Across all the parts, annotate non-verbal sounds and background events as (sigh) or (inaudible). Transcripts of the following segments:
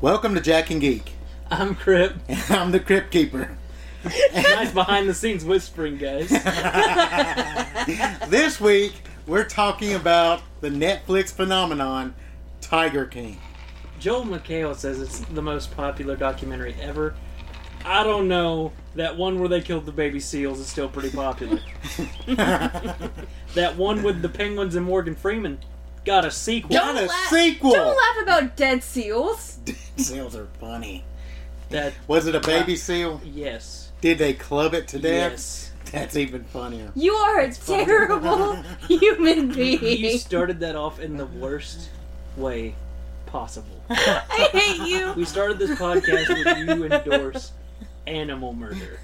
Welcome to Jack and Geek. (laughs) I'm Crip. I'm the Crypt Keeper. nice behind the scenes whispering, guys. This week, we're talking about the Netflix phenomenon, Tiger (laughs) King. Joel McHale says it's the most popular documentary ever. I don't know. That one where they killed the baby seals is still pretty popular. that one with the penguins and Morgan Freeman got a sequel. Got a sequel. Don't laugh about dead seals. (laughs) Seals are funny. That Was it a baby seal? yes. Did they club it to death? Yes. That's even funnier. You are a terrible human You (laughs) being. started that off in the worst way possible. I hate you. We started this podcast with you endorse animal murder.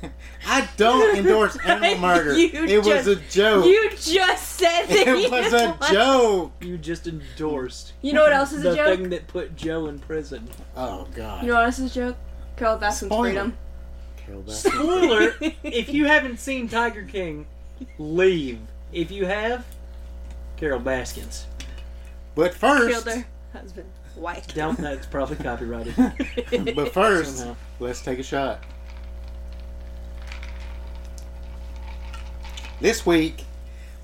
I don't (laughs) endorse animal murder. You it was just- a joke. You just said that. you (laughs) it was a want- joke. You just endorsed You know what else is the a joke? thing that put Joe in prison. Oh God. You know what else is a joke? Carol Baskin's Spoiler. freedom. Carol Baskin. (laughs) Spoiler: If you haven't seen Tiger King, leave. If you have, Carol Baskins. (laughs) But first, Killed her husband. White. Don't. That's probably (laughs) copyrighted. but first, somehow. let's take a shot. This week,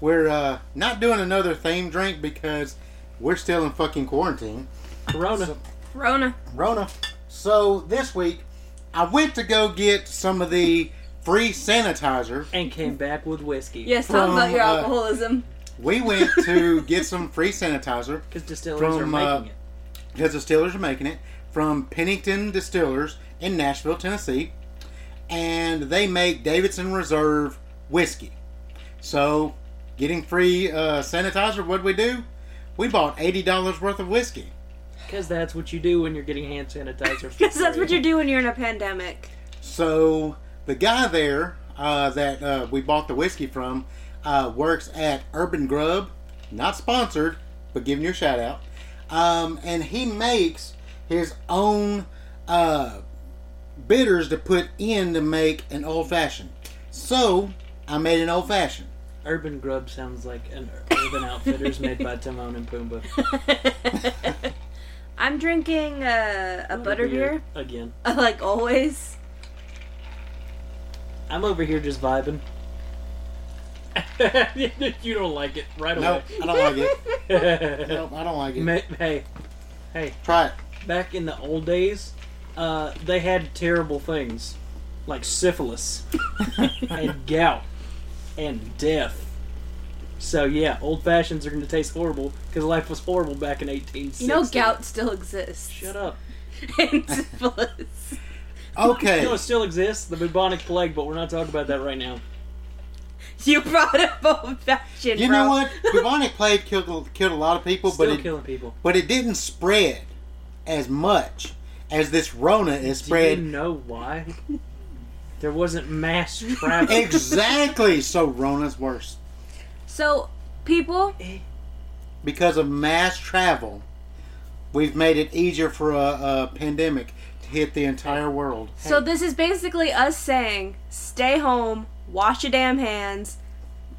we're uh, not doing another theme drink because we're still in fucking quarantine. Corona. Rona. Rona. So this week, I went to go get some of the free sanitizer. and came back with whiskey. Yes, talk From, about your uh, alcoholism. We went to get some free sanitizer Because distilleries are From, making uh, it. because the distillers are making it from Pennington Distillers in Nashville, Tennessee, and they make Davidson Reserve whiskey. So, getting free uh, sanitizer, what would we do? We bought eighty dollars worth of whiskey. Because that's what you do when you're getting hand (laughs) sanitizer. for Because that's free. what you do when you're in a pandemic. So the guy there uh, that uh, we bought the whiskey from uh, works at Urban Grub, not sponsored, but giving you a shout out. Um, and he makes his own uh, bitters to put in to make an old fashioned. So I made an old fashioned. Urban Grub sounds like an Urban Outfitters made by Timon and Pumbaa. (laughs) I'm drinking uh, a (laughs) butterbeer, again. (laughs) like always. I'm over here just (laughs) vibing. (laughs) you don't like it right No, I don't like it. away. (laughs) Nope, I don't like it. Ma- hey, Try it. back in the old days, uh, they had terrible things like syphilis (laughs) (laughs) and gout and death. So yeah, old fashions are going to taste horrible because life was horrible back in 1860. (laughs) You know, gout still exists. Shut up. and syphilis. You know, Okay. it still exists, the bubonic plague, but we're not talking about that right now. (laughs) You brought up old fashioned. You know what? Bubonic plague killed killed a lot of people, Still but it killing people. but it didn't spread as much as this Rona is Do you spread. know why? There wasn't mass travel. exactly. (laughs) So Rona's worse So, people, because of mass travel. We've made it easier for a, a pandemic to hit the entire world. so this is basically us saying stay home, wash your damn hands,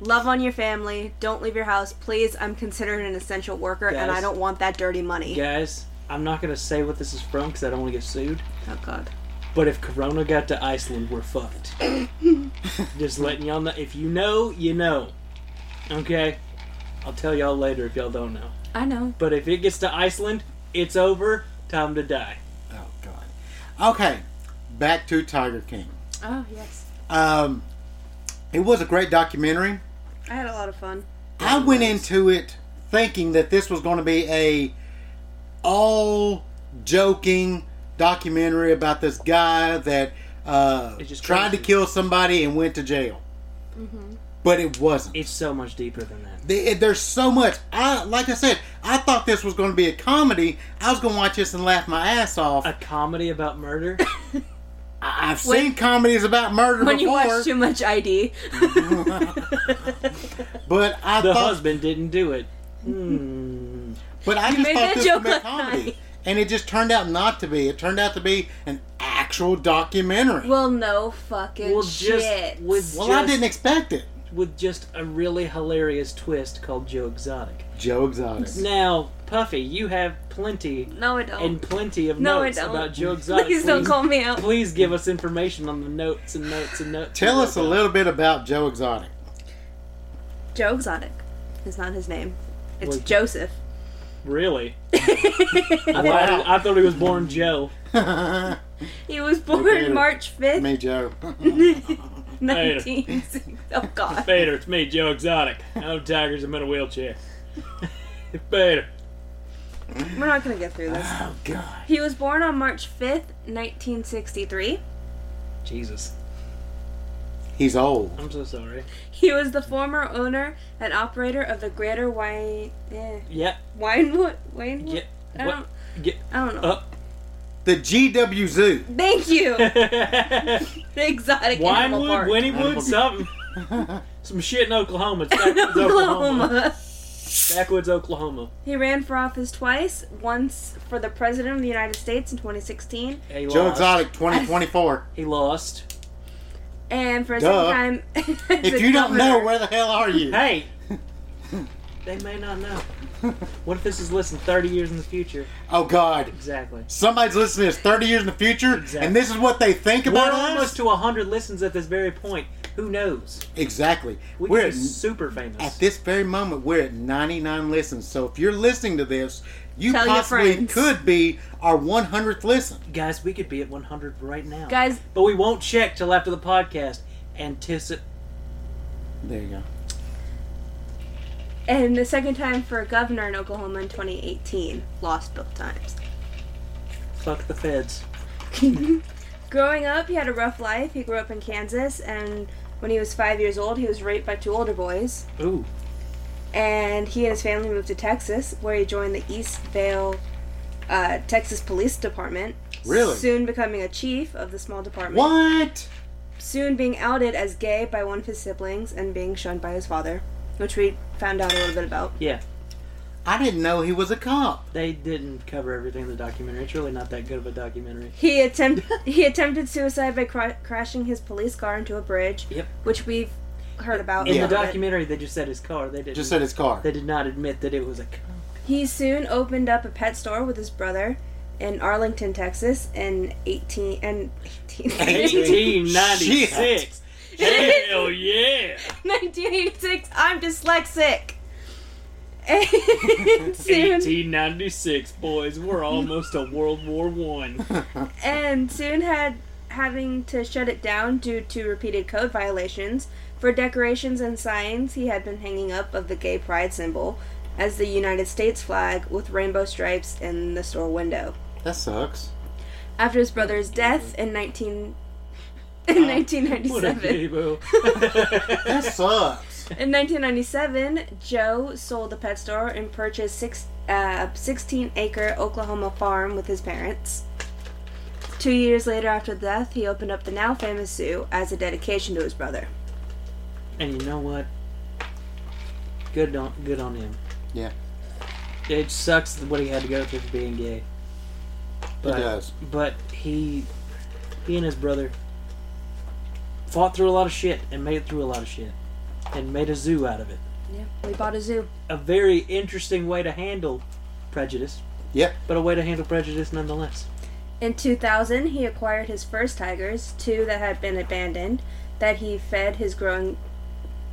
love on your family, don't leave your house. Please, I'm considered an essential worker and Guys. I don't want that dirty money. Guys, I'm not going to say what this is from because I don't want to get sued. Oh, God. But if Corona got to Iceland, (laughs) we're fucked. Just letting y'all know. If you know, you know. Okay? I'll tell y'all later if y'all don't know. I know. But if it gets to Iceland, it's over. Time to die. Oh God. Okay, back to Tiger King. Oh, yes. Um, it was a great documentary. I had a lot of fun. I went into it thinking that this was going to be a all joking documentary about this guy that uh, It's just tried to crazy. kill somebody and went to jail. But it wasn't. It's so much deeper than that. The- it- there's so much. I like I said, I thought this was going to be a comedy. I was going to watch this and laugh my ass off. A comedy about murder? I, have When- seen comedies about murder (laughs) When you before, watch too much ID. but I (laughs) The thought husband didn't do it. Hmm. But I just made thought that this would joke be a last comedy. night. And it just turned out not to be. It turned out to be an actual documentary. Well, (laughs) well, no fucking Well, just shit. with- I just- didn't expect it. with just a really hilarious twist called Joe Exotic. Joe Exotic. Now, Puffy, you have plenty No, I don't. and plenty of No, I notes don't. about Joe Exotic. (laughs) Please don't call me out. Please give us information on the notes and notes and notes. Tell and us a notes. little bit about Joe Exotic. (laughs) Joe Exotic is not his name. It's Well- Joseph. Really? (laughs) I, he thought, I thought he was born Joe. Me was born Okay. March 5th, Joe. (laughs) 1960. Oh, God. Bader, it's me, Joe Exotic. I'm Tigers. I'm in a wheelchair. (laughs) Bader. We're not going to get through this. (laughs) oh God. He was born on March 5th, 1963. Jesus. He's old. I'm so sorry. He was the former owner and operator of the Greater Wayne. Eh, Yep. Winewood? Winewood? Get. I don't, What? Oh. Get I don't know. uh, (laughs) up. The GW Zoo. (laughs) Thank you! The exotic animal Winewood, park. (laughs) Winniewood, Animal- something. (laughs) Some shit in Oklahoma. It's backwoods, Oklahoma. Oklahoma. Backwoods, Oklahoma. He ran for office twice, once for the President of the United States in 2016, He Joe lost. Exotic (laughs) 2024. He lost. and for a Duh. second time. (laughs) as If a you don't know, governor. where the hell are (laughs) you? (laughs) Hey. they may not know. What if this is listened 30 years in the future? Oh God. Exactly. Somebody's listening to this 30 years in the future, Exactly. and this is what they think We're about us? almost to 100 listens at this very point. Who knows? exactly. We We're could be super famous. At this very moment, we're at 99 listens. So if you're listening to this, you Tell your possibly friends. could be our 100th listen. Guys, we could be at 100 right now. Guys, But we won't check till after the podcast. Anticipate. There you go. and the second time for a governor in Oklahoma in 2018. Lost both (laughs) times. Fuck the feds. Growing up, he had a rough life. He grew up in Kansas, and when he was five years old, he was raped by two older boys. Ooh. And he and his family moved to Texas, where he joined the Eastvale, uh, Texas Police Department. Really? Soon becoming a chief of the small department. What? soon being outed as gay by one of his siblings and being shunned by his father, which we found out a little bit about. Yeah, I didn't know he was a cop. they didn't cover everything in the documentary. It's really not that good of a documentary. He attempt (laughs) he attempted suicide by cra- crashing his police car into a bridge, Yep. which we've heard about. In a Yeah. the little bit. documentary, they just said his car. They didn't. Just said his car. they did not admit that it was a. car. He soon opened up a pet store with his brother in Arlington, Texas, in 18 and (laughs) 18, 1896. (laughs) (laughs) Hell yeah! 1986. I'm dyslexic. (laughs) (laughs) And soon, 1896, boys. We're almost to World War One. and soon had having to shut it down due to repeated code violations for decorations and signs he had been hanging up of the gay pride symbol as the United States flag with rainbow stripes in the store window. That sucks. After his brother's death in 19 in What a 1997, gay-bo. (laughs) That sucks. in 1997, Joe sold the pet store and purchased six, uh, 16-acre Oklahoma farm with his parents. Two years later, after death, he opened up the now famous zoo as a dedication to his brother. And you know what? Good on good on him. Yeah, It sucks what he had to go through for being gay. it does. But he, he and his brother, fought through a lot of shit and made it through a lot of shit, and made a zoo out of it. Yeah, we bought a zoo. A very interesting way to handle prejudice, Yep. but a way to handle prejudice nonetheless. In 2000, he acquired his first tigers, two that had been abandoned, that he fed his growing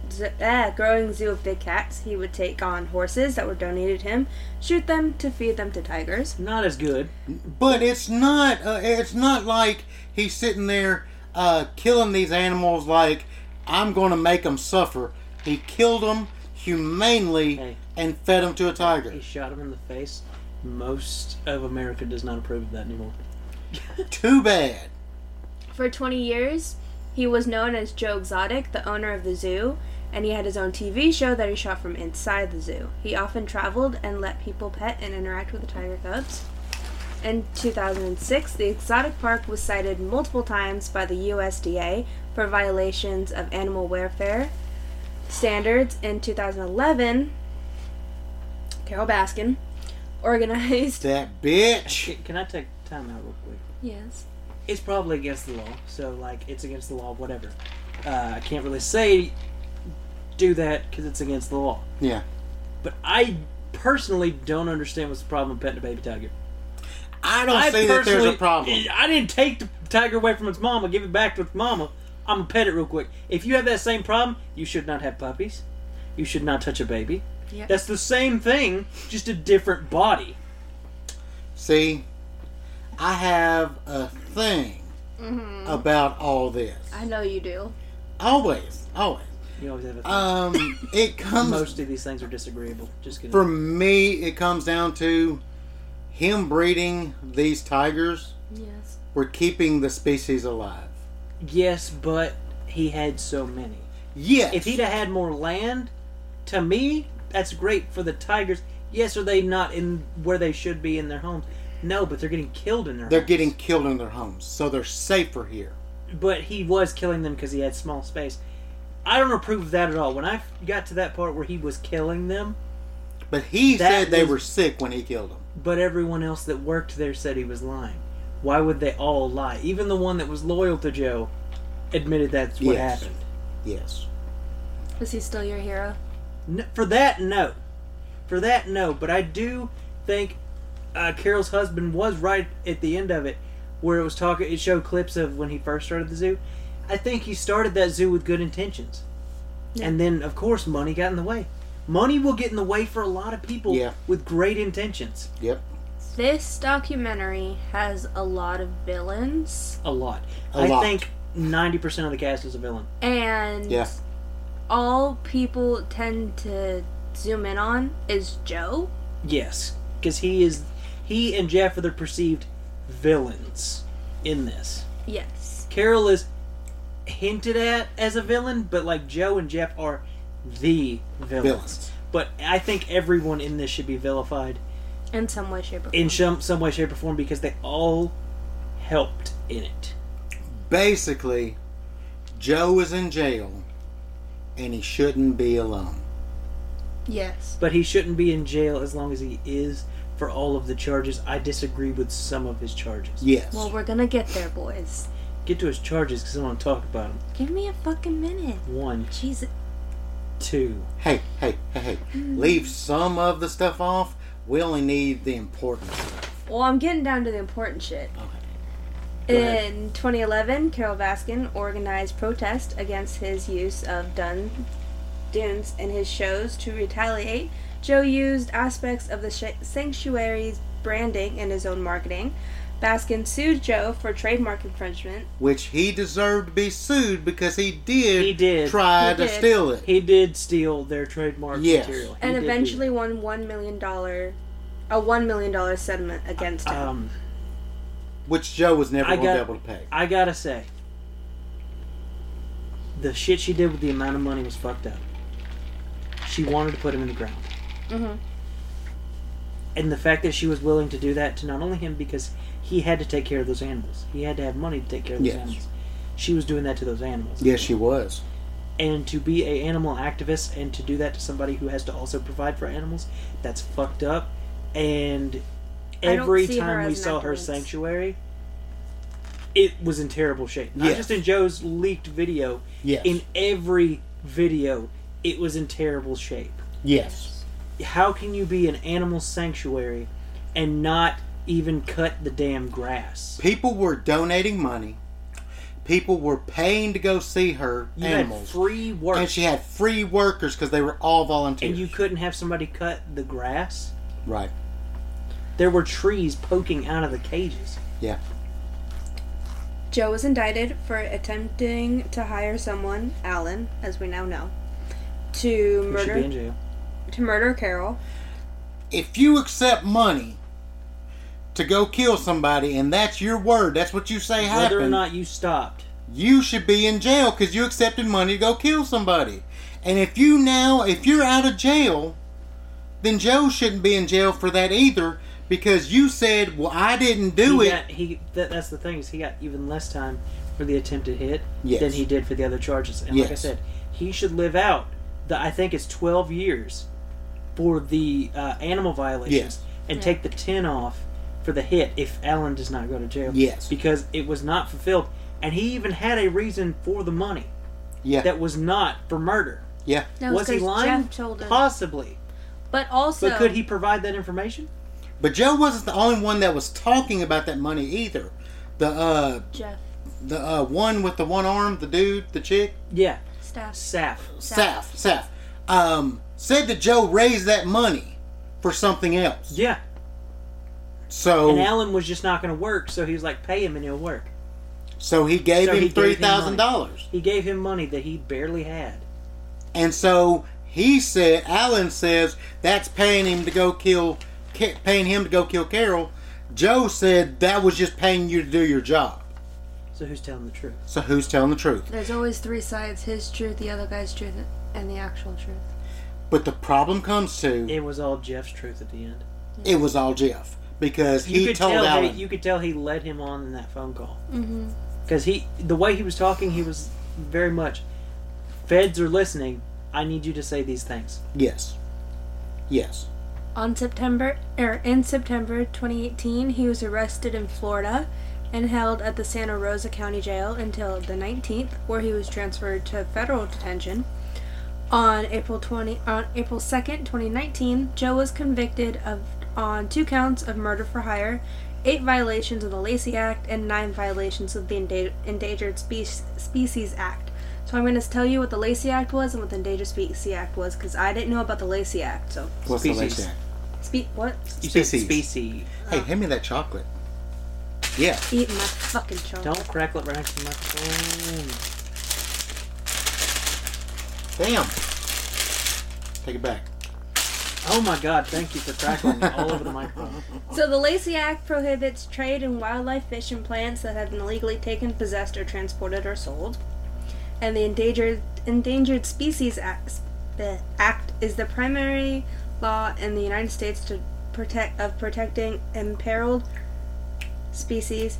zoo, ah, growing zoo of big cats. He would take on horses that were donated him, shoot them to feed them to tigers. Not as good. But it's not. Uh, it's not like he's sitting there uh, killing these animals. Like I'm going to make them suffer. He killed them humanely Hey. and fed them to a tiger. He shot him in the face. Most of America does not approve of that anymore. Too bad. For 20 years, he was known as Joe Exotic, the owner of the zoo, and he had his own TV show that he shot from inside the zoo. He often traveled and let people pet and interact with the tiger cubs. In 2006, the exotic park was cited multiple times by the USDA for violations of animal welfare standards. In 2011, Carol Baskin (laughs) organized. That bitch. Can, can I take time out real quick? Yes. It's probably against the law, so like it's against the law, whatever. Uh, I can't really say do that because it's against the law. Yeah. But I personally don't understand what's the problem with petting a baby tiger. I don't see that there's a personally- problem. I didn't take the tiger away from its mama, give it back to its mama. I'm gonna pet it real quick. If you have that same problem, you should not have puppies. You should not touch a baby. Yeah. That's the same thing, just a different body. See, I have a thing Mhm. about all this. I know you do. Always, always. You always have a thing. Um, it comes Most of these things are disagreeable. Just kidding. for me. It comes down to him breeding these tigers. Yes. We're keeping the species alive. yes, but he had so many. Yes. If he'd have had more land, to me, that's great for the tigers. Yes, are they not in where they should be in their homes? No, but they're getting killed in their they're homes. getting killed in their homes, so they're safer here. but he was killing them because he had small space. I don't approve of that at all. When I got to that part where he was killing them, But he That said they was- were sick when he killed them. but everyone else that worked there said he was lying. Why would they all lie? Even the one that was loyal to Joe admitted that's what Yes. happened. Yes. Was he still your hero? N for that, no. For that, no. But I do think uh, Carol's husband was right at the end of it, where it was talking. It showed clips of when he first started the zoo. I think he started that zoo with good intentions, Yeah. and then of course money got in the way. Money will get in the way for a lot of people Yeah. with great intentions. Yep. This documentary has a lot of villains, A lot. A I lot. think ninety percent of the cast is a villain. and Yeah. all people tend to zoom in on is Joe. Yes, because he is. He and Jeff are the perceived villains in this. Yes. Carol is hinted at as a villain, but like Joe and Jeff are the villains. Villains. But I think everyone in this should be vilified In some way, shape, or form. in some, some way, shape, or form because they all helped in it. Basically, Joe is in jail, and he shouldn't be alone. yes. But he shouldn't be in jail as long as he is for all of the charges. I disagree with some of his charges. Yes. Well, we're gonna get there, boys. Get to his charges because I want to talk about him. Give me a fucking minute. One, Jesus. two. hey, hey, hey, hey. Leave some of the stuff off. We only need the important stuff. Well, I'm getting down to the important shit. Go ahead. In 2011, Carol Baskin organized protest against his use of dun- dunes in his shows to retaliate. Joe used aspects of the sh- sanctuary's branding in his own marketing. Baskin sued Joe for trademark infringement. Which he deserved to be sued because he did, He did. try He to did. steal it. He did steal their trademark Yes. material. He and did do eventually won $1 million, a $1 million settlement against that. him. Um, which Joe was never I going to be got- able to pay. I gotta say, the shit she did with the amount of money was fucked up. She wanted to put him in the ground. Mhm. And the fact that she was willing to do that to not only him, because he had to take care of those animals, he had to have money to take care of those Yes. animals. She was doing that to those animals. Yes, she was. And to be a animal activist and to do that to somebody who has to also provide for animals, that's fucked up. And don't every see her time we as an saw her activist. sanctuary, it was in terrible shape. Not Yes. just in Joe's leaked video, Yes. in every video, it was in terrible shape. yes. How can you be an animal sanctuary and not even cut the damn grass? People were donating money. People were paying to go see her You animals. had free work, and and, she had free workers because they were all volunteers. you couldn't have somebody cut the grass. right. There were trees poking out of the cages. Yeah. Joe was indicted for attempting to hire someone, Alan, as we now know, to Who should be in murder jail. to murder Carol. If you accept money to go kill somebody, and that's your word, that's what you say Whether or happened, not you stopped, you should be in jail because you accepted money to go kill somebody. And if you now, if you're out of jail, then Joe shouldn't be in jail for that either because you said, "Well, I didn't do he it." got he. That, that's the thing is he got even less time for the attempted hit Yes. than he did for the other charges. And like I Yes. said, he should live out the I think it's twelve years for the uh, animal violations Yes. and take the ten off for the hit if Alan does not go to jail. Yes. because it was not fulfilled, and he even had a reason for the money yeah. that was not for murder. Yeah. No, was he 'cause lying? Jeff told him. Possibly. But also, But could he provide that information? But Joe wasn't the only one that was talking about that money either. The uh Jeff the uh one with the one arm, the dude, the chick, Yeah. staff. Saf. Saf, Saf, um, said that Joe raised that money for something else. Yeah. So And Alan was just not going to work, so he was like, pay him and he'll work. so he gave So him he three gave him thousand money. dollars. He gave him money that he barely had. And so he said, Alan says that's paying him to go kill, ca- paying him to go kill Carol. Joe said that was just paying you to do your job. So who's telling the truth? So who's telling the truth? There's always three sides: his truth, the other guy's truth, and the actual truth. But the problem comes to It was all Jeff's truth at the end. it was all Jeff because You he could told tell that Alan. you could tell he led him on in that phone call Mm-hmm. because he the way he was talking, he was very much feds are listening. I need you to say these things. yes, yes, On September er, in September 2018, he was arrested in Florida and held at the Santa Rosa County Jail until the 19th, where he was transferred to federal detention. On April 20 on April 2nd, 2019, Joe was convicted of on two counts of murder for hire, eight violations of the Lacey Act, and nine violations of the Enda- Endangered Spe- Species Act. So I'm going to tell you what the Lacey Act was and what the Endangered Species Act was, because I didn't know about the Lacey Act. So what's the Species. last thing? Speak what? You said Species. species. Hey, hand me that chocolate. Yeah, Eat my fucking chocolate. Don't crackle it right next to my phone. damn. Take it back. Oh my God! Thank you for crackling it all over the microphone. So the Lacey Act prohibits trade in wildlife fish and plants that have been illegally taken, possessed, or transported or sold. And the Endangered Endangered Species Act, the Act is the primary law in the United States to protect of protecting imperiled species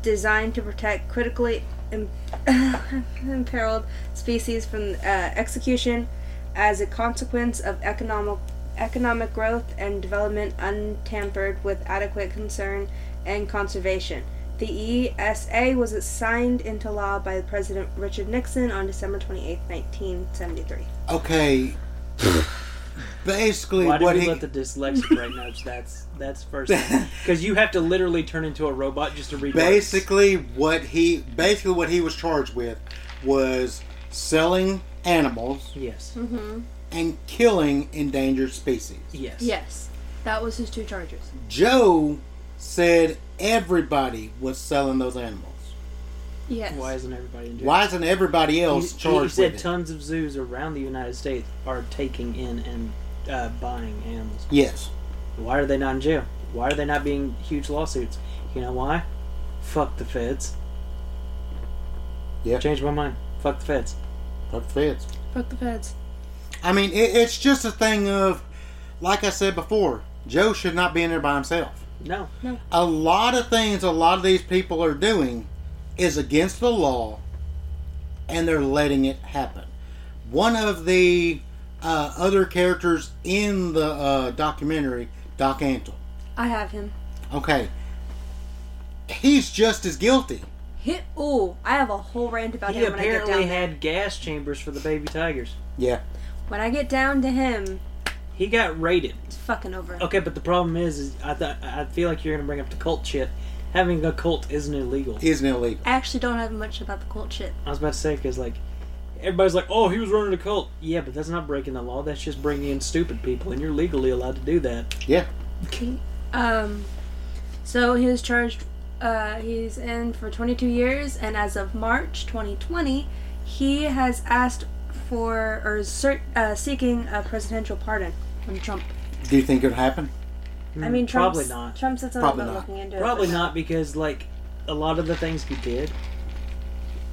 designed to protect critically im- (laughs) imperiled species from uh, execution as a consequence of economic economic growth and development untampered with adequate concern and conservation. The ESA was signed into law by President Richard Nixon on December 28, 1973. Okay. (sighs) Basically, Why did what we he let the dyslexic right notes? That's that's first (laughs) because you have to literally turn into a robot just to read. words. basically what he basically what he was charged with was selling animals Yes. and killing endangered species. Yes. Yes, that was his two charges. Joe said everybody was selling those animals. Yes. Why isn't everybody in jail? Why isn't everybody He, else he charged said with it? tons of zoos around the United States are taking in and uh, buying animals. yes. Why are they not in jail? Why are they not being huge lawsuits? You know why? Fuck the feds. Yeah. Change my mind. Fuck the feds. Fuck the feds. Fuck the feds. I mean, it, it's just a thing of, like I said before, Joe should not be in there by himself. No. a lot of things a lot of these people are doing is against the law and they're letting it happen one of the uh, other characters in the uh, documentary doc antle I have him. okay he's just as guilty Hit. Ooh, I have a whole rant about He him when I get apparently down there. had gas chambers for the baby tigers. yeah When I get down to him, He got raided. it's fucking over. Okay, but the problem is, is I th- I feel like you're gonna bring up the cult shit. Having a cult isn't illegal. isn't illegal I actually don't have much about the cult shit. I was about to say because like everybody's like, oh, he was running a cult. Yeah, but that's not breaking the law. That's just bringing in stupid people, and you're legally allowed to do that. yeah Um, so he was charged. Uh, he's in for 22 years, and as of March 2020, he has asked for or is cert, uh, seeking a presidential pardon from Trump. do you think it'll happen I mean, Trump's, Hmm, probably not. Trump said something Probably about not. looking into Probably it. not because like a lot of the things he did,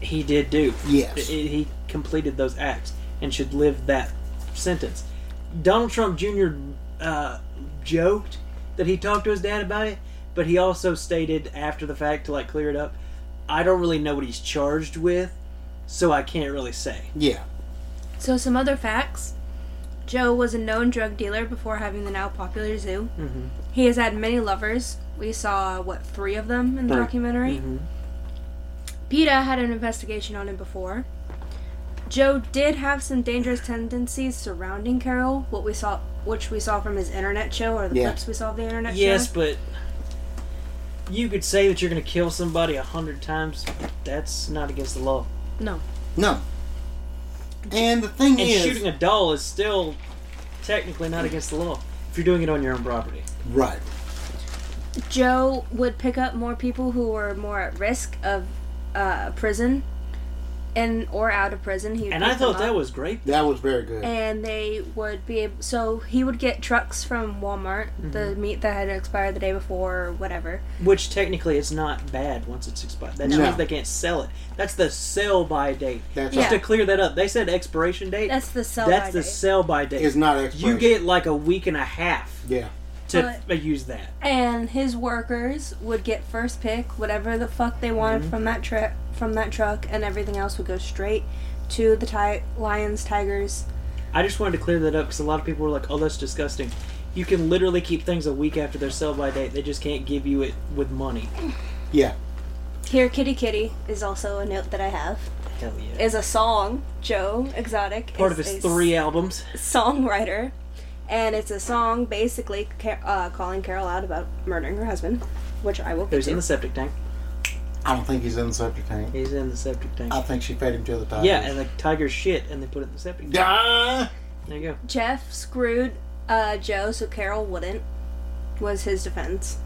he did do. I- yes He completed those acts and should live that sentence. Donald Trump Jr. Uh, joked that he talked to his dad about it, but he also stated after the fact to like clear it up. I don't really know what he's charged with, so I can't really say. yeah So some other facts. Joe was a known drug dealer before having the now popular zoo. Mhm. He has had many lovers. We saw what three of them in Mm-hmm. the Three. documentary. Mhm. PETA had an investigation on him before. Joe did have some dangerous tendencies surrounding Carol, what we saw, which we saw from his internet show or the Yeah. clips we saw of the internet Yes, show. but you could say that you're going to kill somebody a hundred times. That's not against the law. No. No. And the thing And is, shooting a doll is still technically not against the law if you're doing it on your own property. right? Joe would pick up more people who were more at risk of uh, prison, and or out of prison. He would And I pick them thought that up. was great. That was very good. and they would be able, so he would get trucks from Walmart, the Mm-hmm. meat that had expired the day before or whatever. Which technically it's not bad once it's expired. That No. means they can't sell it. That's the sell by date. That's Just Yeah. to clear that up, they said expiration date. That's the sell That's by the date. sell by date. It's not expiration. you get like a week and a half yeah. to uh, use that. and his workers would get first pick, whatever the fuck they wanted Mm-hmm. from that truck, from that truck, and everything else would go straight to the ti- lions, tigers. I just wanted to clear that up because a lot of people were like, "Oh, that's disgusting." You can literally keep things a week after their sell by date. They just can't give you it with money. Yeah. Here, kitty, kitty is also a note that I have. Hell yeah! Is a song. Joe Exotic Part is of his a three albums. songwriter, and it's a song basically ca- uh, calling Carol out about murdering her husband, which I will. get He's in to. the septic tank. I don't think he's in the subject tank. He's in the septic tank. I think she fed him to the tiger. yeah, and the tiger shit, and they put it in the septic. tank. Ah! There you go. Jeff screwed uh, Joe so Carol wouldn't, was his defense.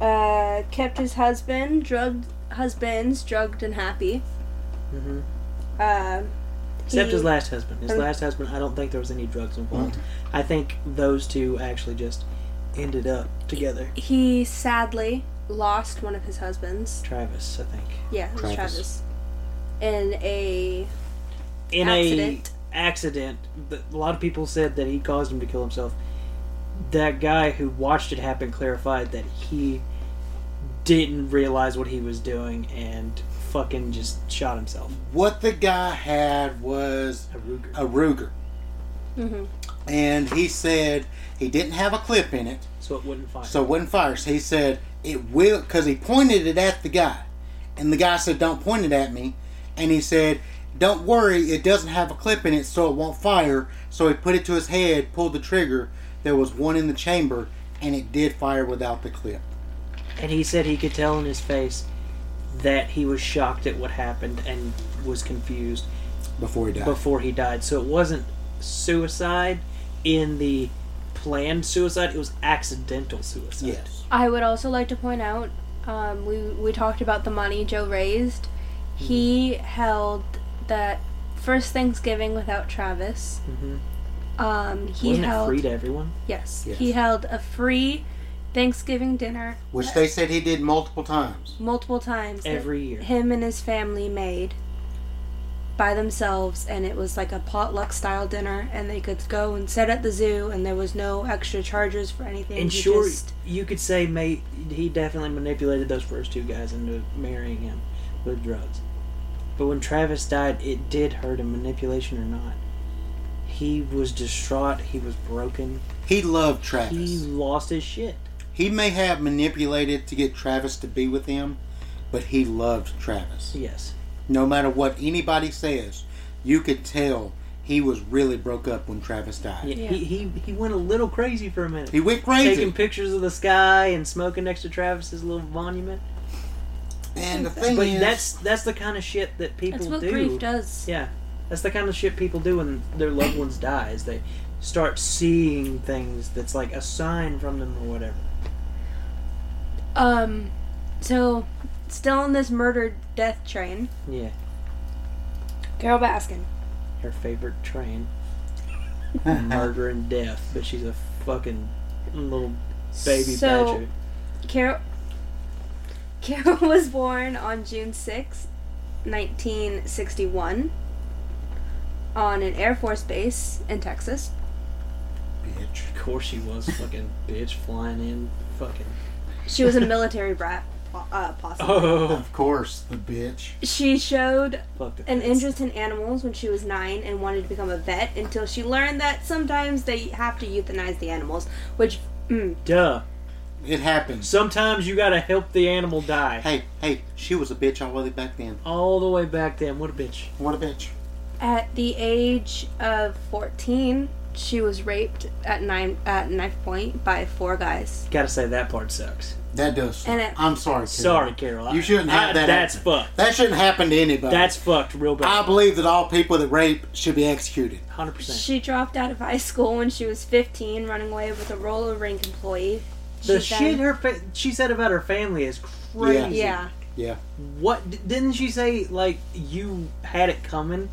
Uh, kept his husband, drugged husbands, drugged and happy. hmm Uh, Except he- his last husband. His Mm. last husband, I don't think there was any drugs involved. I think those two actually just ended up together. He sadly lost one of his husbands. Travis, I think, Yeah, it was Travis. Travis. In a in a accident. accident. th- A lot of people said that he caused him to kill himself. That guy who watched it happen clarified that he didn't realize what he was doing and fucking just shot himself. What the guy had was A Ruger. a Ruger. Mhm. And he said he didn't have a clip in it, So it wouldn't fire. so it wasn't fires. He said it will, because he pointed it at the guy. And the guy said, Don't point it at me. And he said, Don't worry, it doesn't have a clip in it, so it won't fire. So he put it to his head, pulled the trigger. There was one in the chamber, and it did fire without the clip. and he said he could tell in his face that he was shocked at what happened and was confused before he died. before he died. So it wasn't suicide in the planned suicide, it was accidental suicide. yes. I would also like to point out, um, we we talked about the money Joe raised. Mm-hmm. He held that first Thanksgiving without Travis. Mhm. Um, he Wasn't it held free to everyone? yes, Yes. he held a free Thanksgiving dinner Which they said he did multiple times. multiple times. that Every year. him and his family made by themselves, and it was like a potluck style dinner, and they could go and sit at the zoo, and there was no extra charges for anything. And He sure, just- you could say mate, he definitely manipulated those first two guys into marrying him with drugs. But when Travis died, it did hurt him, manipulation or not. He was distraught. He was broken. He loved He Travis. lost his shit. He may have manipulated to get Travis to be with him, but he loved Travis. Yes. No matter what anybody says, you could tell he was really broke up when Travis died. Uh, Yeah, He, he he went a little crazy for a minute. He went crazy. Taking pictures of the sky and smoking next to Travis's little monument. and the thing But is, that's that's the kind of shit that people that's what do. grief does. Yeah, that's the kind of shit people do when their loved ones die. Is they start seeing things that's like a sign from them or whatever. Um, so still on this murder death train, Yeah, Carol Baskin. her favorite train, (laughs) murder and death. But she's a fucking little baby So- badger. Carol. Carol (laughs) was born on June sixth, 1961, on an Air Force base in Texas. bitch. Of course she was fucking bitch flying in fucking. She (laughs) was a military brat, po- uh, (laughs) possibly. Oh, Of course, the bitch. She showed fuck the an fence. interest in animals when she was nine and wanted to become a vet until she learned that sometimes they have to euthanize the animals, which mm, Duh. It happens. Sometimes you gotta help the animal die. Hey, hey, she was a bitch all the way back then. All the way back then. What a bitch. What a bitch. At the age of 14, she was raped at nine at knife point by four guys. Gotta say that part sucks. That does. And it- I'm sorry. Carol. Sorry, Caroline. You shouldn't have that That's happen. fucked. That shouldn't happen to anybody. That's fucked real I bad. believe that all people that rape should be executed. Hundred percent. She dropped out of high (laughs) school when she was 15, running away with a roller rink employee. The She shit then- her fa- she said about her family is crazy. Yeah. Yeah. What d- didn't she say? Like you had it coming.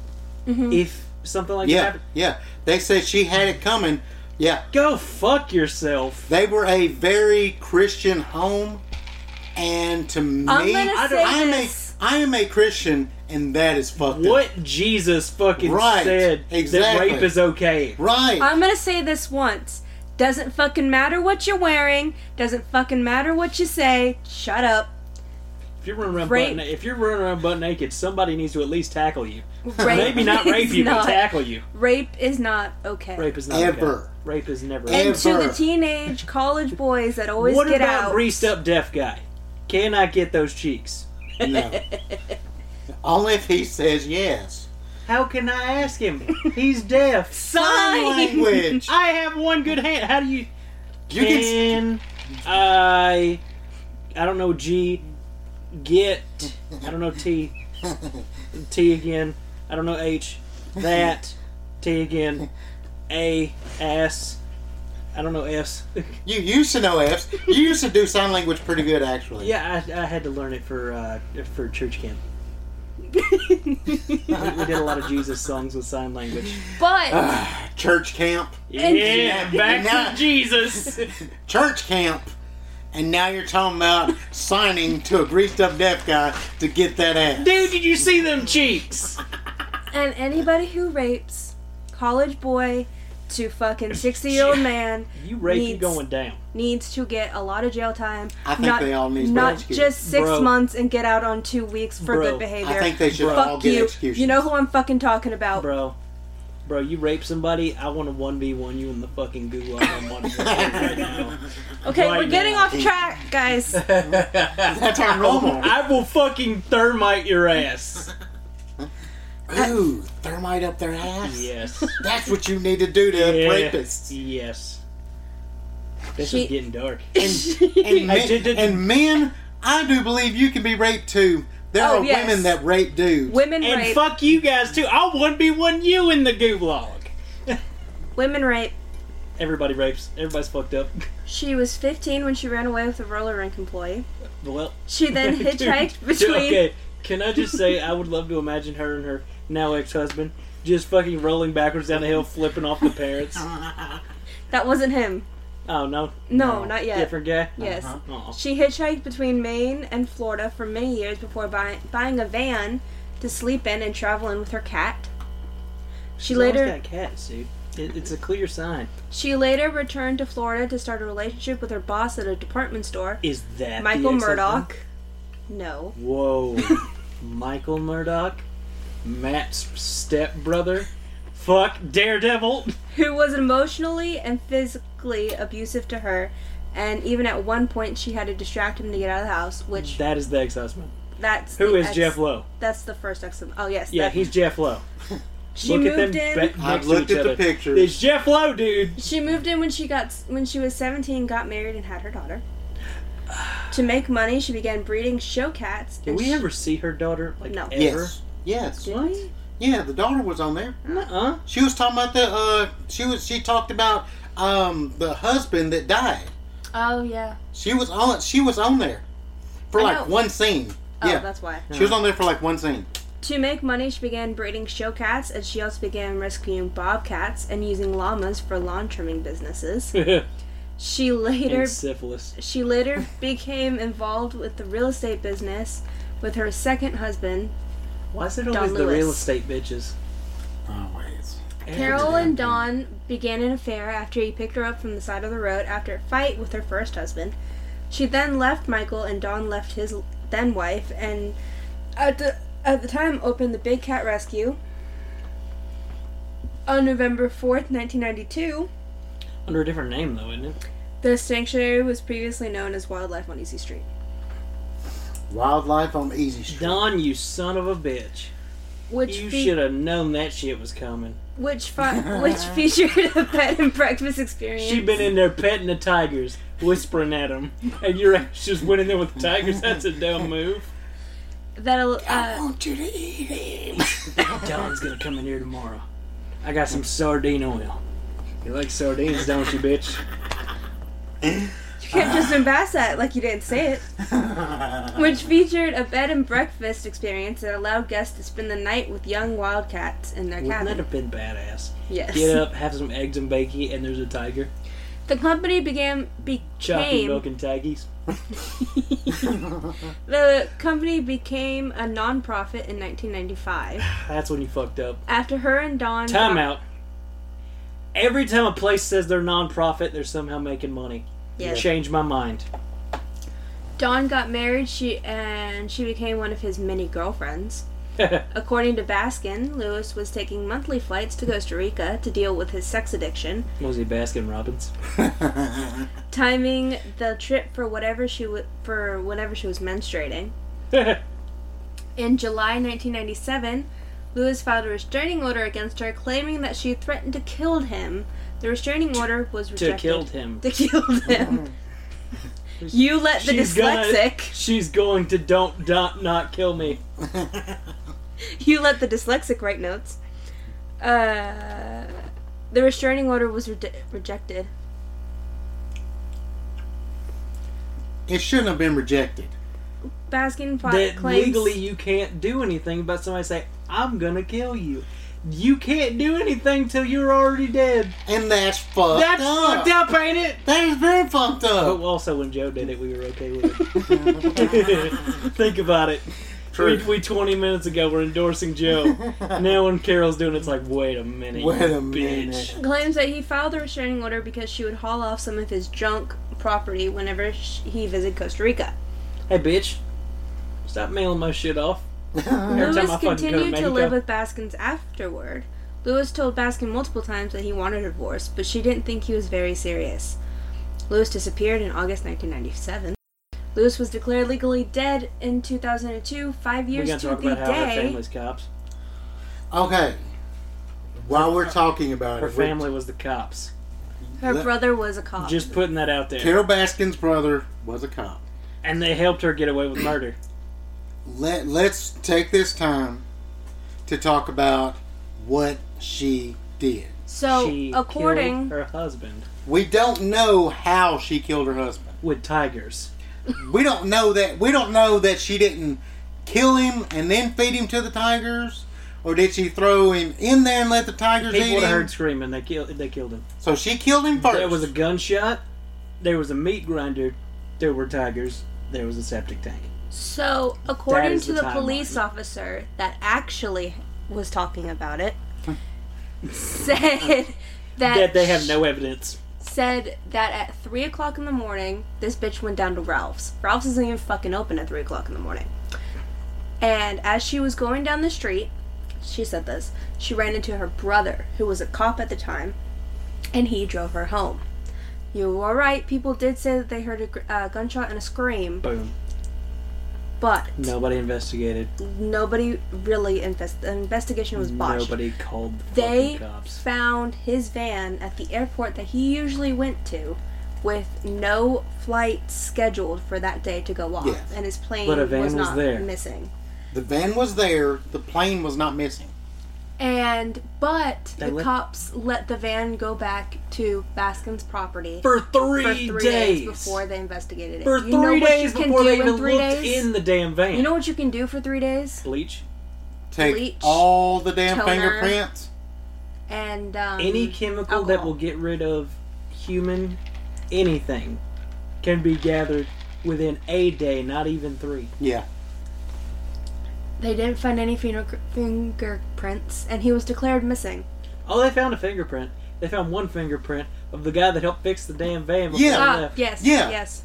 Mhm. If something like that Yeah. happened, Yeah. They said she had it coming. Yeah. go fuck yourself. They were a very Christian home, and to me, I'm gonna I say am a this. I am a Christian, and that is fucked up. What Jesus fucking Right, said exactly. that rape is okay. Right? I'm gonna say this once. Doesn't fucking matter what you're wearing. Doesn't fucking matter what you say. Shut up. If you're running around Rape. butt na- if you're running around butt naked, somebody needs to at least tackle you. (laughs) Rape Maybe (laughs) not rape is you, not- but tackle you. Rape is not okay. Rape is not Ever. okay. Rape is Ever. never. okay. And to the teenage college boys that always what get about out. greased up deaf guy? Can I get those cheeks? (laughs) no. Only if he says yes. How can I ask him? He's (laughs) deaf. Sign. Language. I have one good hand. How do you? You can s- can I? I don't know. G. Get. I don't (laughs) know. T. T again. I don't know. H. That. T again. A. S. I don't know. S. (laughs) You used to know F's. You used to do sign language pretty good, actually. yeah, I, I had to learn it for uh, for church camp. We, we did a lot of Jesus songs with sign language. (laughs) but Church camp. And- yeah, back Now- to Jesus. Church camp. And now you're talking about signing to a greased up deaf guy to get that (laughs) ass. Dude, did you see them cheeks? and anybody who rapes college boy (laughs) to fucking 60 year old man You rape, you Needs- going down. needs to get a lot of jail time. I think not, they all need to be not executed. just six Bro. months and get out on two weeks for Bro. good behavior. I think they should all Fuck get you. executions. You know who I'm fucking talking about. Bro, bro, you rape somebody, I want to 1v1 you in the fucking gulag on one right now. Okay, Right we're getting now. off track, (laughs) guys. That's our Oh, normal. I will fucking thermite your ass. Ooh, Uh, thermite up their ass. Yes. That's what you need to do to Yeah. rapists. Yes. This She- is getting (laughs) dark. And men, did- did- and men, I do believe you can be raped too. There Oh, are yes. women that rape dudes. Women And rape. fuck you guys too. I'll 1v1 you in the gulag. Women rape. Everybody rapes. Everybody's fucked up. (laughs) She was 15 when she ran away with a roller rink employee. Well, She then (laughs) Dude, hitchhiked dude, between. Okay, can I just say I would love to imagine her and her now ex-husband just fucking rolling backwards down the hill, flipping off the parents. That wasn't him. Oh no, No, not yet. different guy. Yes. Uh-huh. Aw. She hitchhiked between Maine and Florida for many years before buy- buying a van to sleep in and travel in with her cat. She She's later always got cats, dude. It, it's a clear sign. she later returned to Florida to start a relationship with her boss at a department store, Is that the Michael ex-husband? Murdoch. No. (laughs) Whoa, Michael Murdoch, Matt's stepbrother. Fuck Daredevil. who was emotionally and physically abusive to her, and even at one point she had to distract him to get out of the house. Which That is the ex-husband. that's Who the is ex- Jeff Lowe? That's the first ex. Oh yes, Yeah, that- he's Jeff Lowe. she Look moved at them in. be- I've next to looked each at the other. pictures. It's Jeff Lowe, dude. she moved in when she got when she was 17, got married, and had her daughter. to make money, she began breeding show cats. Did and we she- ever see her daughter? Like No. ever? Yes. Yes. Did we? Yeah, the daughter was on there. Nuh-uh. She was talking about the uh she was she talked about um the husband that died. Oh yeah. She was on she was on there for I like know. one scene. Oh, yeah. that's why. She was on there for like one scene. To make money, she began breeding show cats, and she also began rescuing bobcats and using llamas for lawn trimming businesses. She later and syphilis. She later became involved with the real estate business with her second husband. Why is it Don always the real Lewis. estate bitches? Always. Carol and Don began an affair after he picked her up from the side of the road after a fight with her first husband. She then left Michael, and Don left his then wife, and at the, at the time opened the Big Cat Rescue. On November 4th, 1992, Under a different name, though, isn't it? the sanctuary was previously known as Wildlife on Easy Street. Wildlife on Easy Street. Don, you son of a bitch. which You fe- should have known that shit was coming. which fi- which featured a bed and breakfast experience. She been in there petting the tigers, whispering at them, and your ass just went in there with the tigers. That's a dumb move. That'll uh, want you to eat him. Don's gonna come in here tomorrow. I got some sardine oil. You like sardines, don't you, bitch? you can't just embarrass that like you didn't say (laughs) it. Which featured a bed and breakfast experience that allowed guests to spend the night with young wildcats in their Wouldn't that cabin. have been badass? Yes. Get up, have some eggs and bakey, and there's a tiger. The company began Chocolate became milk and taggies. the company became a nonprofit in 1995 That's when you fucked up. after her and Don. Time out. Every time a place says they're non-profit, they're somehow making money. Yes. Change my mind. (laughs) Dawn got married. She and she became one of his many girlfriends. That's According to Baskin, Lewis was taking monthly flights to Costa Rica to deal with his sex addiction, Was he Baskin Robbins? (laughs) (laughs) timing the trip for whatever she w- for whenever she was menstruating. In July 1997, Lewis filed a restraining order against her, claiming that she threatened to kill him. The restraining order was to rejected. killed him. Oh. (laughs) To killed him. you let the She's gonna- dyslexic. (laughs) She's going to don't not not kill me. You let the dyslexic write notes. Uh, the restraining order was re- rejected. it shouldn't have been rejected. Baskin filed That claims. legally you can't do anything about somebody say I'm gonna kill you. You can't do anything till you're already dead. And that's fucked That's up. fucked up, ain't it? That is very fucked But up. also, when Joe did it, we were okay with (laughs) it. (laughs) Think about it. We, we 20 minutes ago were endorsing Joe. (laughs) now when Carol's doing it, it's like, wait a minute. you Wait a bitch. minute. claims that he filed the restraining order because she would haul off some of his junk property whenever sh- he visited Costa Rica. Hey, bitch. Stop mailing my shit off. Every time I fucking Lewis go to continued to Mexico. live with Baskins afterward. Lewis told Baskin multiple times that he wanted a divorce, but she didn't think he was very serious. Lewis disappeared in August 1997. Lewis was declared legally dead in 2002, five We're years going to to talk the about how her day. family's cops. (laughs) okay. While we're talking about Her it, we're- family was the cops. Her brother was a cop. Just putting that out there. Carol Baskin's brother was a cop. And they helped her get away with murder. Let Let's take this time to talk about what she did. so, she according killed her husband We don't know how she killed her husband. with tigers. We don't know that. We don't know that she didn't kill him and then feed him to the tigers, or did she throw him in there and let the tigers People eat would him? have heard screaming. They killed. They killed him. So she killed him first. There was a gunshot. There was a meat grinder. There were tigers. There was a septic tank. So, according is to the the timeline. police officer that actually was talking about it, said that, That they have sh- no evidence. said that at three o'clock in the morning, this bitch went down to Ralph's. Ralph's isn't even fucking open at three o'clock in the morning. And as she was going down the street, she said this. She ran into her brother, who was a cop at the time, and he drove her home. You were right. People did say that they heard a gr- uh, gunshot and a scream, Boom. but Nobody investigated. nobody really invest. The investigation was botched. Nobody called the They fucking cops. found his van at the airport that he usually went to with no flight scheduled for that day to go off. Yes. And his plane But a van was was not there. missing. the van was there. The plane was not missing. And but They the let- cops let the van go back to Baskin's property For three, for three days. before they investigated it. For You know three what you days can before do they in even three looked days? in the damn van. You know what you can do for three days? bleach. Take Bleach, all the damn toner. fingerprints. And um, Any chemical that alcohol. will get rid of human anything can be gathered within a day, not even three. Yeah. they didn't find any finger fingerprints, and he was declared missing. Oh, they found a fingerprint. They found one fingerprint of the guy that helped fix the damn van before Yeah. they Ah, left. yes, Yeah. yes.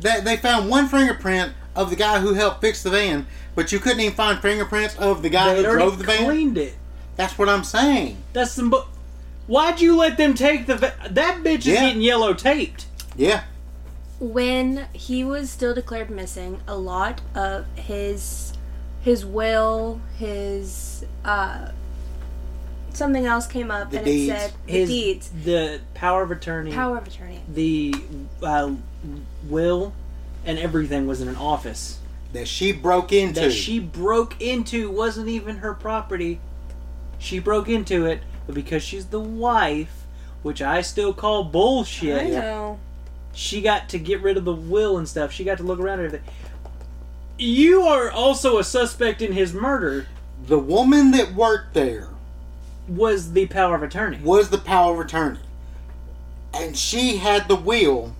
They, they found one fingerprint of the guy who helped fix the van, but you couldn't even find fingerprints of the guy They who already drove the van. cleaned it. That's what I'm saying. That's some. Bu- Why'd you let them take the? Va- that bitch is Yeah. getting yellow taped. Yeah. when he was still declared missing, a lot of his his will, his uh, something else came up, The and deeds. it said the His deeds, the power of attorney, power of attorney. the uh, will, and everything was in an office that she broke into. that she broke into. wasn't even her property. She broke into it, but because she's the wife, which I still call bullshit. I know. she got to get rid of the will and stuff. She got to look around at everything. You are also a suspect in his murder. the woman that worked there Was the power of attorney? was the power of attorney, and she had the will.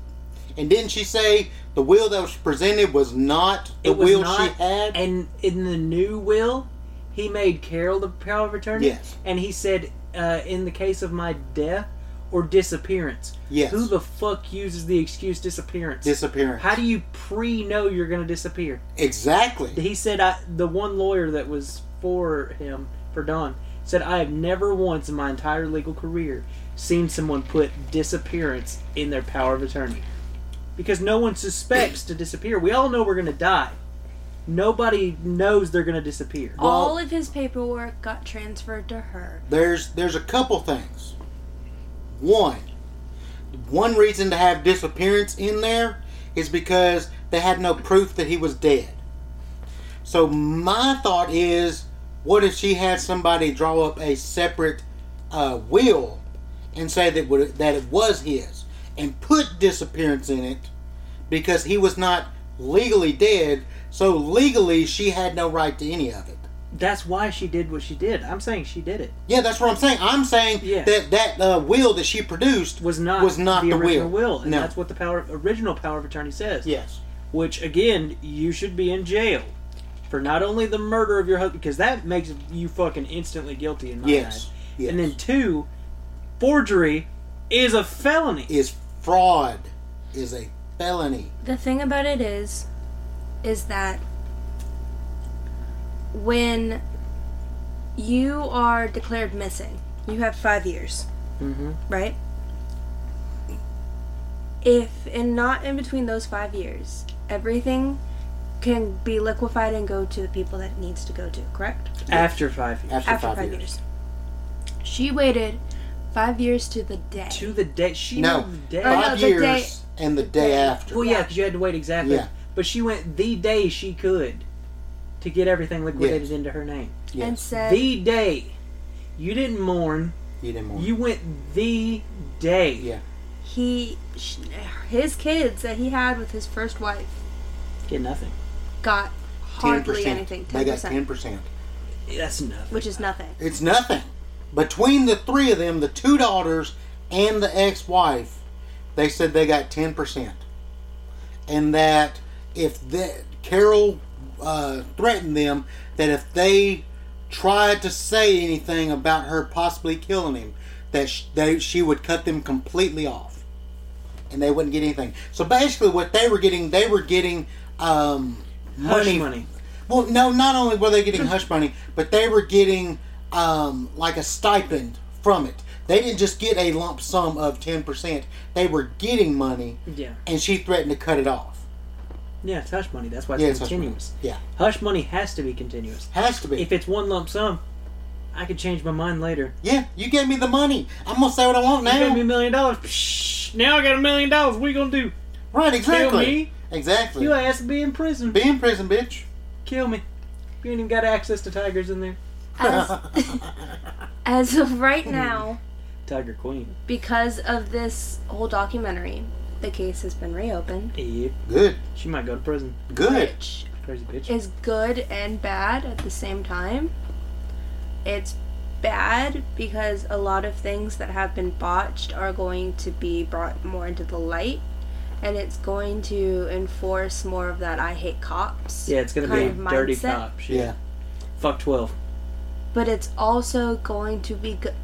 And didn't she say the will that was presented was not the It was will not- she had? And in the new will, he made Carol the power of attorney. Yes. And he said, uh, in the case of my death or disappearance. yes, Who the fuck uses the excuse disappearance? disappearance. How do you pre know you're going to disappear? exactly. He said, I, the one lawyer that was for him, for Don, said, I have never once in my entire legal career seen someone put disappearance in their power of attorney. Because no one suspects to disappear. We all know we're going to die. Nobody knows they're going to disappear. Well- All of his paperwork got transferred to her. there's there's a couple things. One, one reason to have disappearance in there is because they had no proof that he was dead. So my thought is, what if she had somebody draw up a separate uh, will and say that would, that it was his and put disappearance in it because he was not legally dead. So legally, she had no right to any of it. That's why she did what she did. I'm saying she did it. Yeah, that's what I'm saying. I'm saying Yeah. that that uh, will that she produced Was not, was not the, original will. and no. that's what the power original power of attorney says. yes. which again you should be in jail for not only the murder of your husband because that makes you fucking instantly guilty in my Yes. eyes Yes. and then two forgery is a felony is fraud is a felony. The thing about it is, is that when you are declared missing, you have five years, mm-hmm. right? If, and not in between those five years, everything can be liquefied and go to the people that it needs to go to, correct? after five years After, After five, years. She waited five years to the day. to the day she No. knew the day Oh, no, Five the years day- and the day after. well yeah because you had to wait exactly Yeah. but she went the day she could to get everything liquidated Yes. into her name And Yes. said, the day you didn't mourn You didn't want you went the day Yeah. he, sh his kids that he had with his first wife get nothing got ten hardly percent. anything. They Ten got ten percent, percent. that's nothing which (laughs) is nothing. It's nothing. Between the three of them, the two daughters and the ex-wife, they said they got ten percent, and that if that Carol uh, threatened them that if they tried to say anything about her possibly killing him, that sh- they, she would cut them completely off, and they wouldn't get anything. So basically, what they were getting, they were getting um, Hush money money. well, no, not only were they getting hush money, but they were getting um, like a stipend from it. They didn't just get a lump sum of 10%, they were getting money, yeah and she threatened to cut it off. Yeah, it's hush money. That's why it's Yeah, it's hush money. continuous. Yeah. Hush money has to be continuous. Has to be. If it's one lump sum, I could change my mind later. yeah, you gave me the money. I'm going to say what I want You now. gave me a million dollars. Psh, Now I got a million dollars. What you gonna do? right, exactly. Kill me? Exactly. You ass be in prison. be in prison, bitch. Kill me. You ain't even got access to tigers in there. As, as of right Mm-hmm. now, Tiger Queen. because of this whole documentary, the case has been reopened, Yep. Good. She might go to prison. Good. which Crazy bitch. is good and bad at the same time. It's bad because a lot of things that have been botched are going to be brought more into the light. And it's going to enforce more of that I hate cops. Yeah, it's gonna kind be of dirty mindset. cop. Shit. Yeah. Fuck twelve. but it's also going to be good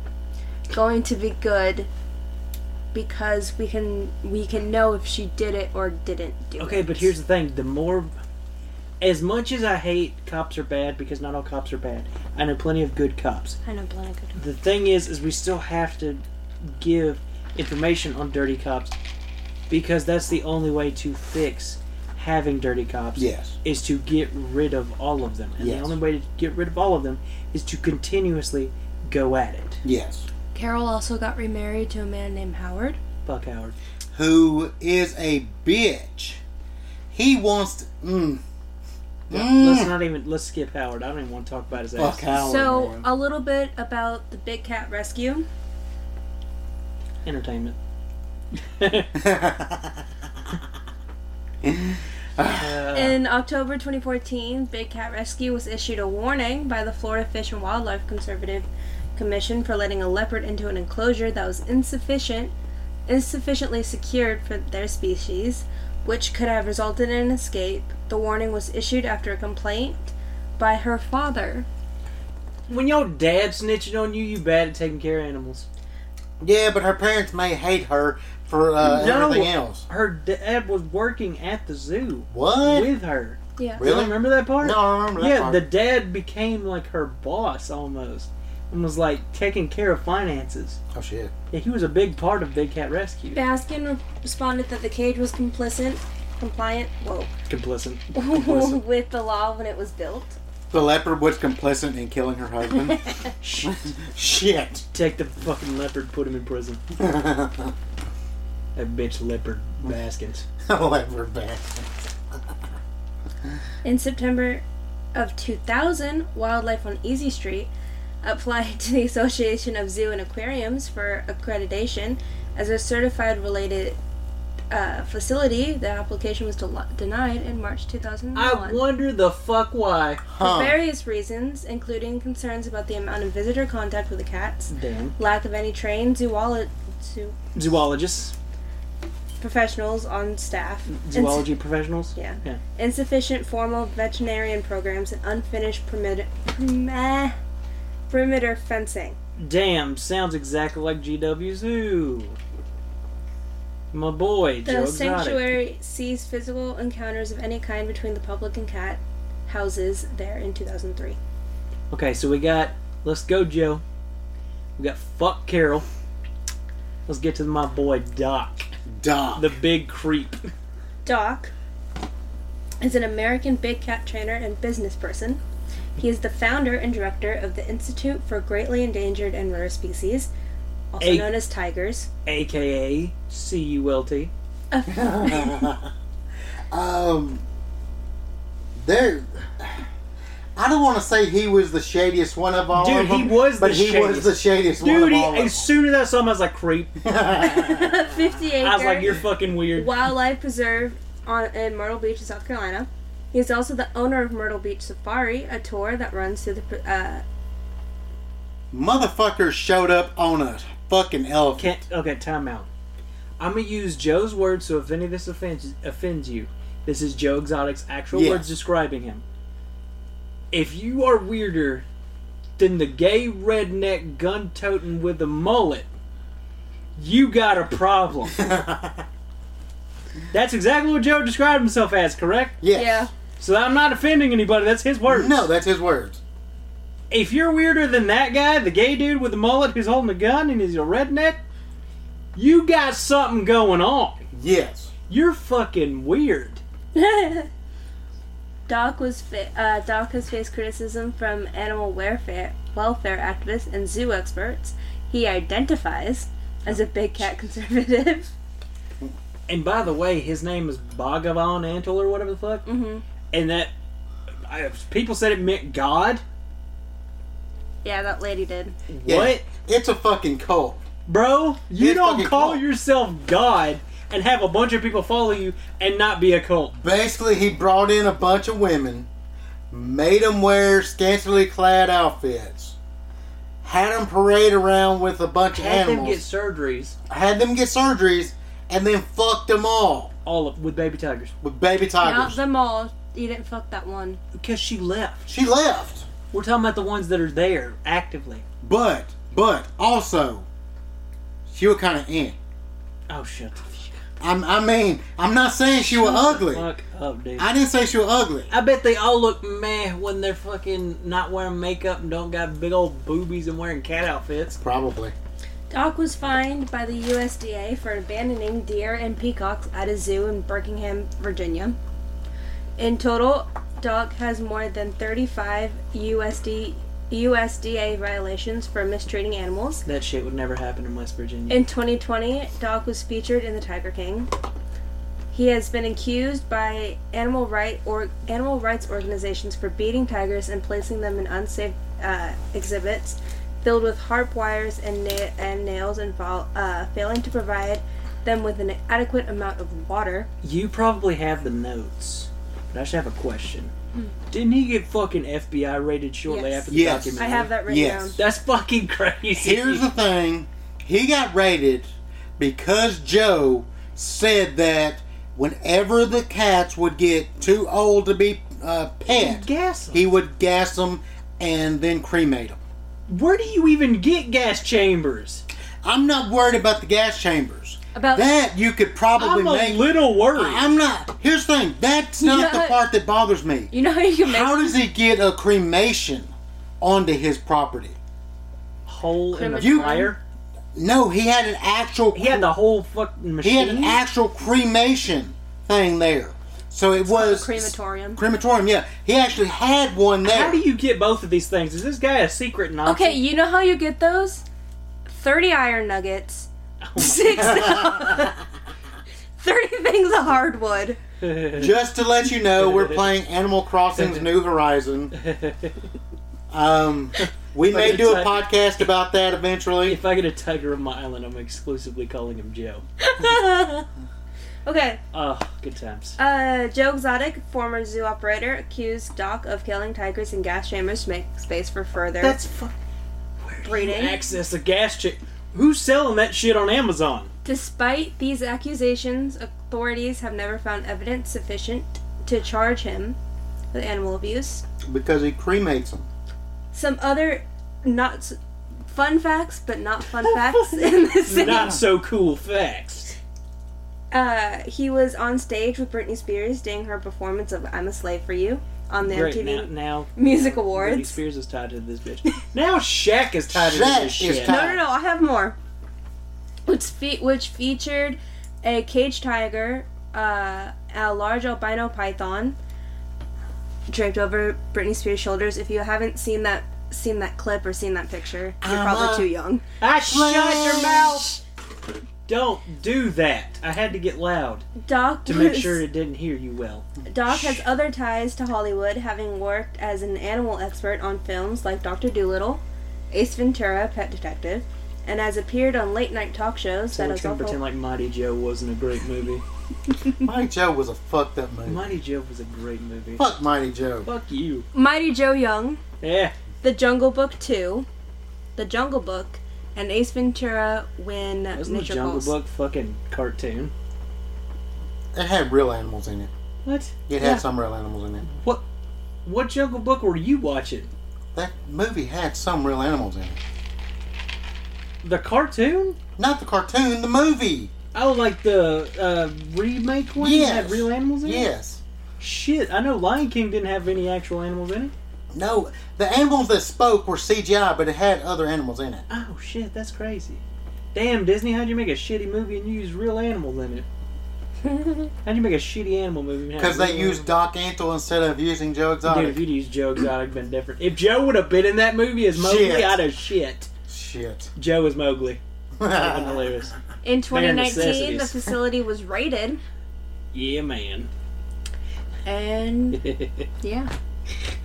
going to be good because we can we can know if she did it or didn't do it. Okay, but here's the thing: the more, as much as I hate cops are bad because not all cops are bad. I know plenty of good cops. I know Blanca. don't- the thing is is we still have to give information on dirty cops because that's the only way to fix having dirty cops Yes. is to get rid of all of them. And Yes. the only way to get rid of all of them is to continuously go at it. Yes. Carol also got remarried to a man named Howard. Fuck Howard. Who is a bitch. He wants. To, mm. Let's Mm. not even let's skip Howard. I don't even want to talk about his ass. Fuck Howard. so, man. a little bit about the Big Cat Rescue. (laughs) Entertainment. Uh, In October 2014, Big Cat Rescue was issued a warning by the Florida Fish and Wildlife Conservative Commission for letting a leopard into an enclosure that was insufficient, insufficiently secured for their species, which could have resulted in an escape. The warning was issued after a complaint by her father. when your dad snitching on you, you bad at taking care of animals. yeah, but her parents may hate her for uh, No. everything else. Her dad was working at the zoo What? with her. Yeah. You don't really? remember that part? No, I remember that yeah, part. the dad became like her boss almost, and was like taking care of finances. oh shit. Yeah, he was a big part of Big Cat Rescue. Baskin re- responded that the cage was complicit, compliant, whoa, (laughs) Complicit. Complicit. with the law when it was built. The leopard was complicit in killing her (laughs) husband. Shh. shit. Take the fucking leopard, put him (laughs) in prison. leopard That bitch leopard Baskins. back. In September of 2000, Wildlife on Easy Street applied to the Association of Zoo and Aquariums for accreditation as a certified related uh, facility. The application was del- denied in March 2001 I wonder the fuck why. Huh. for various reasons, including concerns about the amount of visitor contact with the cats, Damn. lack of any trained zoolo- zoo Zoologists, professionals on staff, zoology professionals. Yeah. Yeah. Insufficient formal veterinarian programs and unfinished permit- perme- perimeter fencing. Damn, sounds exactly like GW Zoo. My boy, The Joe Exotic. sanctuary sees physical encounters of any kind between the public and cat houses there in 2003. Okay, so we got Let's Go Joe. We got Fuck Carol. Let's get to my boy Doc, Doc. the big creep. Doc is an American big cat trainer and business person. He is the founder and director of the Institute for Greatly Endangered and Rare Species, also Hey. known as tigers. AKA C U L T. um, there. I don't want to say he was the shadiest one of all. Dude, of them, he was but the he was shadiest. the shadiest one Dude, of he, all. as soon as I saw him, I was like, creep. 50 acre I was like, you're fucking weird. wildlife preserve on, in Myrtle Beach, in South Carolina. He is also the owner of Myrtle Beach Safari, a tour that runs through the. Uh, Motherfucker showed up on a fucking elephant. Can't, okay, time out. I'm gonna use Joe's words, so if any of this offends offends you, this is Joe Exotic's actual Yeah. words describing him. If you are weirder than the gay redneck gun toting with a mullet, you got a problem. That's exactly what Joe described himself as, correct? (laughs) Yes. So I'm not offending anybody. That's his words. No, that's his words. If you're weirder than that guy, the gay dude with the mullet who's holding a gun and is a redneck, you got something going on. Yes. You're fucking weird. Yeah. (laughs) Doc was fa- uh, Doc has faced criticism from animal welfare welfare activists and zoo experts. He identifies as a big cat conservative. (laughs) And by the way, his name is Bhagavan Antle or whatever the fuck. Mhm. And that I, people said it meant God. yeah, that lady did. Yeah. What, It's a fucking cult. bro? You It's don't fucking call cult. yourself God and have a bunch of people follow you and not be a cult. Basically, he brought in a bunch of women, made them wear scantily clad outfits, had them parade around with a bunch of Had them animals, get surgeries, had them get surgeries, and then fucked them all all of, with baby tigers, with baby Not tigers. them all. You didn't fuck that one. because she left. she left, We're talking about the ones that are there actively. but but also, she was kind of in. Oh shit! I'm, I mean, I'm not saying she was ugly. Fuck up, dude. I didn't say she was ugly. I bet they all look meh when they're fucking not wearing makeup and don't got big old boobies and wearing cat outfits. Probably. Doc was fined by the USDA for abandoning deer and peacocks at a zoo in Birmingham, Virginia. In total, Dog has more than 35 USD USDA violations for mistreating animals. That shit would never happen in West Virginia. In 2020, Dog was featured in The Tiger King. He has been accused by animal right or animal rights organizations for beating tigers and placing them in unsafe uh, exhibits filled with harp wires and, na- and nails and fall, uh, failing to provide them with an adequate amount of water. you probably have the notes, but I should have a question. Didn't he get fucking FBI raided shortly Hmm. Yes. after the Yes. I documentary? have that written Yes. down. That's fucking crazy. Here's the thing he got raided because Joe said that whenever the cats would get too old to be uh, pet, gas. he would gas them and then cremate them. Where do you even get gas chambers? I'm not worried about the gas chambers. About That you could probably I'm a make. little worried. I'm not. Here's the thing. That's not Yeah. the part that bothers me. you know how you can make How does he get a cremation onto his property? Hole in the You- fire. No, he had an actual. He had the whole fucking machine. He had an actual cremation thing there. So it was crematorium. Crematorium, yeah. He actually had one there. How do you get both of these things? Is this guy a secret Nazi? Okay, you know how you get those? 30 iron nuggets, six, (laughs) 30 things of hardwood. Just to let you know, we're playing Animal Crossing's New (laughs) Horizon. Um, we may do a podcast about that eventually. (laughs) if I get a tiger on my island, I'm exclusively calling him Joe. Okay, Oh, good times. uh, Joe Exotic, former zoo operator, accused Doc of killing tigers in gas chambers to make space for further. That's fu- Where do you Breeding. access a gas chick. Who's selling that shit on (laughs) Amazon? Despite these accusations, authorities have never found evidence sufficient to charge him with animal abuse. Because he cremates them. some other not s- fun facts, but not fun facts in this city. Not so cool facts. Uh, he was on stage with Britney Spears during her performance of "I'm a Slave for You" on the Great. Now, MTV. now Music now Britney Awards. Spears is tied to this bitch. (laughs) Now Shaq is tied Shaq to this is shit. tied- No, no, no! I have more. Which fe- which featured a cage tiger, uh, a large albino python, draped over Britney Spears' shoulders. If you haven't seen that seen that clip or seen that picture, you're I'm probably a- too young. I shut your mouth. Don't do that. I had to get loud Doc to make was- (laughs) sure it didn't hear you well. Doc has other ties to Hollywood, having worked as an animal expert on films like Dr. Dolittle, Ace Ventura, Pet Detective, and has appeared on late night talk shows So that we're is gonna pretend awful. like Mighty Joe wasn't a great movie. Mighty Joe was a fucked up movie. Mighty Joe was a great movie. Fuck Mighty Joe. Fuck you. Mighty Joe Young, Yeah. The Jungle Book 2, The Jungle Book, and Ace Ventura when Wasn't the nature Jungle calls. Book fucking cartoon? It had real animals in it. What? It Yeah. had some real animals in it. What? What Jungle Book were you watching? That movie had some real animals in it. The cartoon? Not the cartoon, the movie. Oh, like the uh, remake one that had Yes. real animals in it? Yes. Shit, I know Lion King didn't have any actual animals in it. No, the animals that spoke were CGI, but it had other animals in it. Oh shit, that's crazy. Damn, Disney, how'd you make a shitty movie and use real (laughs) animals in it? How'd you make a shitty animal movie? and have Because they real used Doc Antle instead of using Joe Oh, Dude, if Exotic. you'd used Joe Exotic, been different. If Joe would have been in that movie as Mowgli, Shit. I'd have shit. Shit. Joe is Mowgli. Ah. (laughs) Fucking hilarious. In necessities. 2019, the facility was raided, Yeah, man. and yeah,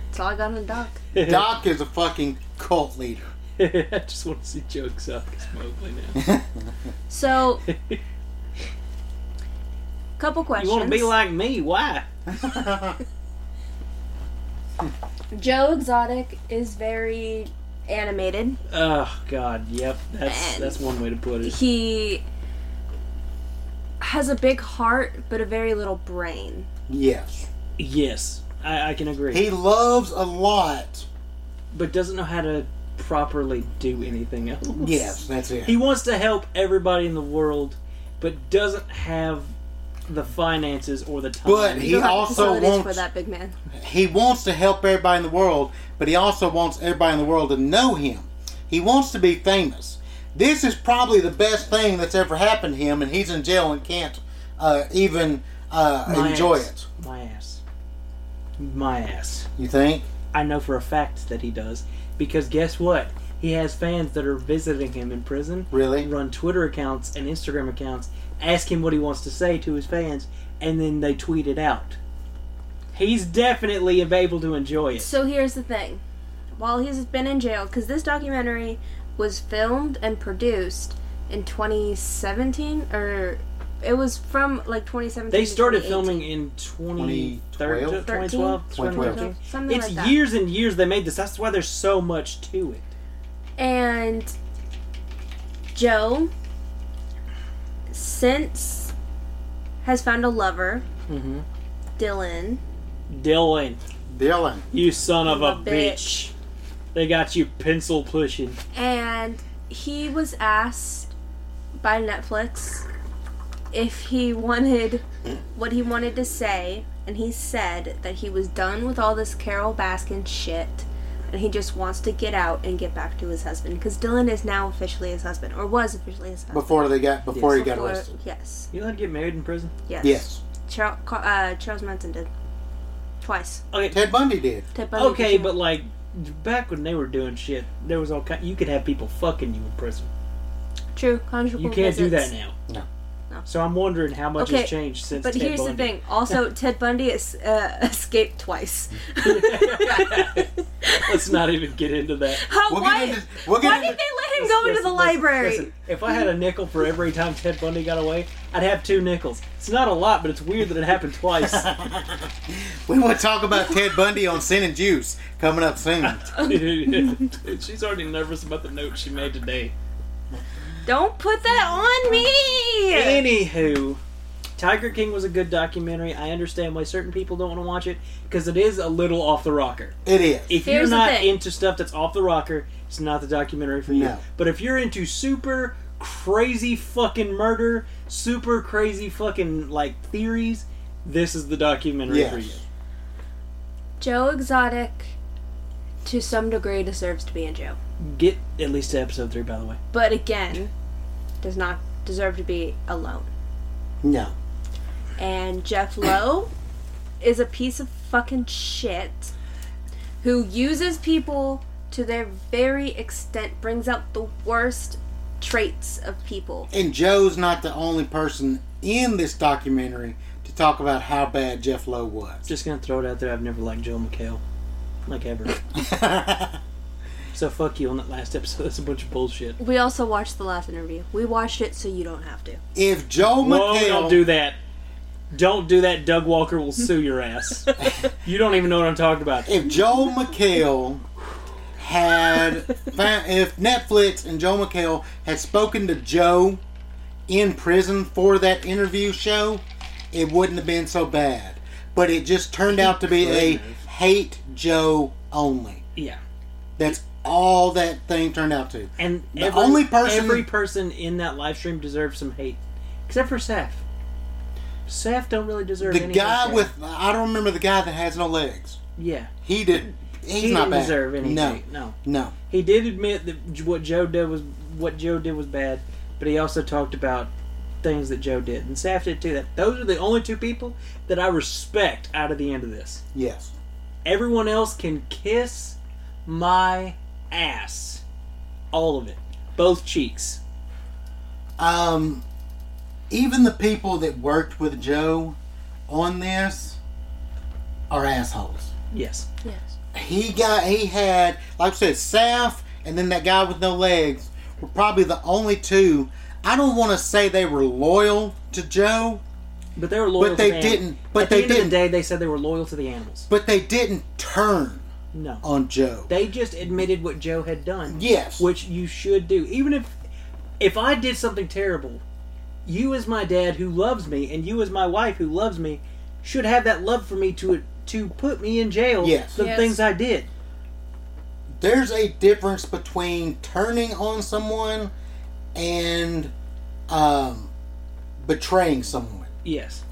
that's all I got on the doc. Doc is a fucking cult leader. (laughs) (laughs) I just want to see Joe Exotic as Mowgli now. (laughs) So, couple You questions. want to be like me? Why? Joe Exotic is very animated. Oh God, yep. That's Man. that's one way to put it. He has a big heart, but a very little brain. yes. Yes, I, I can agree. He loves a lot. but doesn't know how to properly do anything else. Yes, that's it. He wants to help everybody in the world, but doesn't have the finances or the time. But he There aren't also facilities wants for that big man. he wants to help everybody in the world, but he also wants everybody in the world to know him. He wants to be famous. This is probably the best thing that's ever happened to him, and he's in jail and can't uh, even uh, My enjoy ass. it. My ass. my ass. You think? I know for a fact that he does. Because guess what? He has fans that are visiting him in prison, Really? run Twitter accounts and Instagram accounts, ask him what he wants to say to his fans, and then they tweet it out. He's definitely able to enjoy it. So here's the thing. While he's been in jail, because this documentary was filmed and produced in 2017, or it was from like 2017. They to started 2018. filming in 2013, 2012? 2012, 2012. 2013. Something It's like that. years and years they made this. That's why there's so much to it. And Joe, since, has found a lover, Mm-hmm. Dylan. Dylan, Dylan. you son of I'm a a bitch. bitch. They got you pencil pushing. and he was asked by Netflix if he wanted what he wanted to say, and he said that he was done with all this Carol Baskin shit, and he just wants to get out and get back to his husband because Dylan is now officially his husband, or was officially his husband Before they got before he got Before- arrested. Yes, You allowed to get married in prison? yes, Yes. Charles, uh, Charles Manson did twice. Okay, Ted Bundy did. Ted Bundy okay, did. but like back when they were doing shit, there was all kind. You could have people fucking you in prison. true conjugal You can't do visits. that now. No. No. So I'm wondering how much Okay, has changed since. But Ted here's Bundy. the thing. Also, Ted Bundy es- uh, escaped twice. (laughs) Let's not even get into that. How, We'll get why into- we'll get why into- did they let him go into Listen, the listen, library? listen, if I had a nickel for every time Ted Bundy got away, I'd have two nickels. It's not a lot, but it's weird that it happened (laughs) (laughs) twice. We want to talk about Ted Bundy on Sin and Juice coming up soon. She's already nervous about the note she made today. Don't put that on me! Anywho, Tiger King was a good documentary. I understand why certain people don't want to watch it because it is a little off the rocker. It is. If Here's you're the not thing. into stuff that's off the rocker, it's not the documentary for you. No. But if you're into super crazy fucking murder, super crazy fucking like theories, this is the documentary for you. Yes. Joe Exotic, to some degree, deserves to be in jail. Get at least to episode three, by the way. But again, does not deserve to be alone. No. And Jeff Lowe is a piece of fucking shit who uses people to their very extent, brings out the worst traits of people. And Joe's not the only person in this documentary to talk about how bad Jeff Lowe was. (laughs) Just gonna throw it out there. I've never liked Joe McHale, (laughs) like ever. so fuck you on that last episode. That's a bunch of bullshit. We also watched the last interview. We watched it so you don't have to. if Joe Whoa! McHale, Don't do that. Don't do that. Doug Walker will sue (laughs) your ass. you don't even know what I'm talking about. if Joe McHale had, fa- if Netflix and Joe McHale had spoken to Joe in prison for that interview show, it wouldn't have been so bad. But it just turned out to be a hate Joe only. Yeah. That's all that thing turned out to. And The only person- every person in that live stream deserves some hate, except for Seth. Seth don't really deserve The any guy hate. with I don't remember the guy that has no legs. yeah, He did. He's he not didn't bad. deserve any No, hate. No, no. he did admit that J- what Joe did was what Joe did was bad, but he also talked about things that Joe did and Seth did too. That those are the only two people that I respect out of the end of this. Yes. Everyone else can kiss my ass, all of it, both cheeks. Um, even the people that worked with Joe on this are assholes. Yes, Yes. He got. He had, like I said, Saf, and then that guy with no legs were probably the only two. I don't want to say they were loyal to Joe, but they were loyal. But to they the animals. didn't- but At the they end of didn't. the day, they said they were loyal to the animals. but they didn't turn No. on Joe. They just admitted what Joe had done. Oh. yes. Which you should do. Even if if I did something terrible, you as my dad who loves me and you as my wife who loves me should have that love for me to to put me in jail Yes. for the Yes. things I did. there's a difference between turning on someone and um, betraying someone. Yes.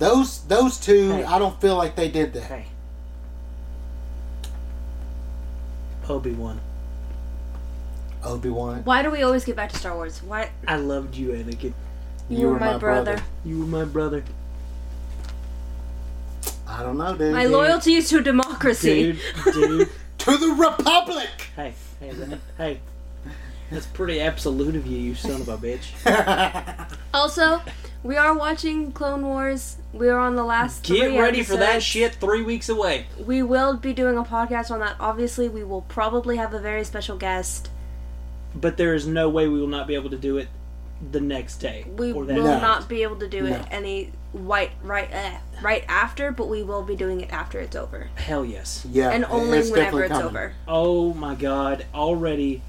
Those those two, Hey. I don't feel like they did that. Hey. Obi Wan. Obi Wan, Why do we always get back to Star Wars? Why I loved you, Anakin. you were my brother. You were my brother. I don't know, dude. My loyalty is to democracy. Dude, (laughs) dude. To the Republic! (laughs) Hey, hey, that, hey. That's pretty absolute of you, you son of a bitch. Also, we are watching Clone Wars. We are on the last. Get three ready for that episodes. shit three weeks away. We will be doing a podcast on that. Obviously, we will probably have a very special guest. But there is no way we will not be able to do it the next day. We or will that No. not be able to do No. it any right right eh, right after, but we will be doing it after it's over, Hell yes. yeah. and it- only whenever definitely it's coming. over. Oh my god, already.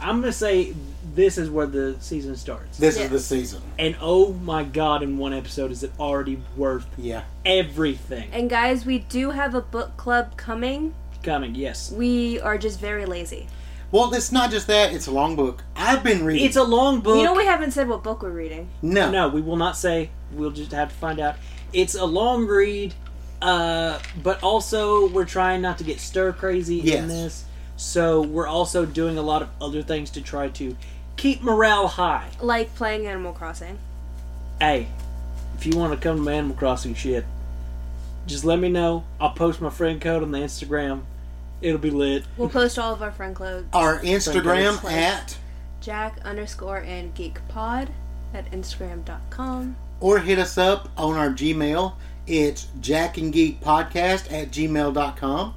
I'm gonna say this is where the season starts. This Yeah. is the season. and oh my god, in one episode, is it already worth Yeah. everything? And guys, we do have a book club coming. Coming, yes. We are just very lazy. Well, it's not just that, it's a long book. I've been reading. It's a long book. You know, we haven't said what book we're reading. no. No, we will not say. We'll just have to find out. It's a long read, uh, but also we're trying not to get stir crazy in Yes. this. So we're also doing a lot of other things to try to keep morale high. Like playing Animal Crossing. Hey, if you want to come to my Animal Crossing shit, just let me know. I'll post my friend code on the Instagram. It'll be lit. We'll post all of our friend clothes. Our Thank Instagram you. at, Jack underscore and Geek Pod at Instagram.com. or hit us up on our Gmail. It's Jack and Geek Podcast at gmail.com.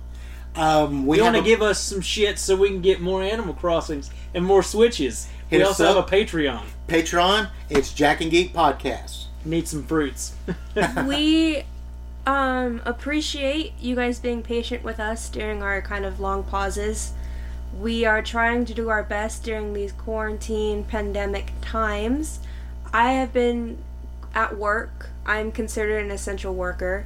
Um, we You have want to a- give us some shit so we can get more Animal Crossings and more Switches. Hit we us also have up. a Patreon. Patreon. It's Jack and Geek Podcast. Need some fruits. (laughs) we um, appreciate you guys being patient with us during our kind of long pauses. We are trying to do our best during these quarantine pandemic times. I have been at work. I'm considered an essential worker.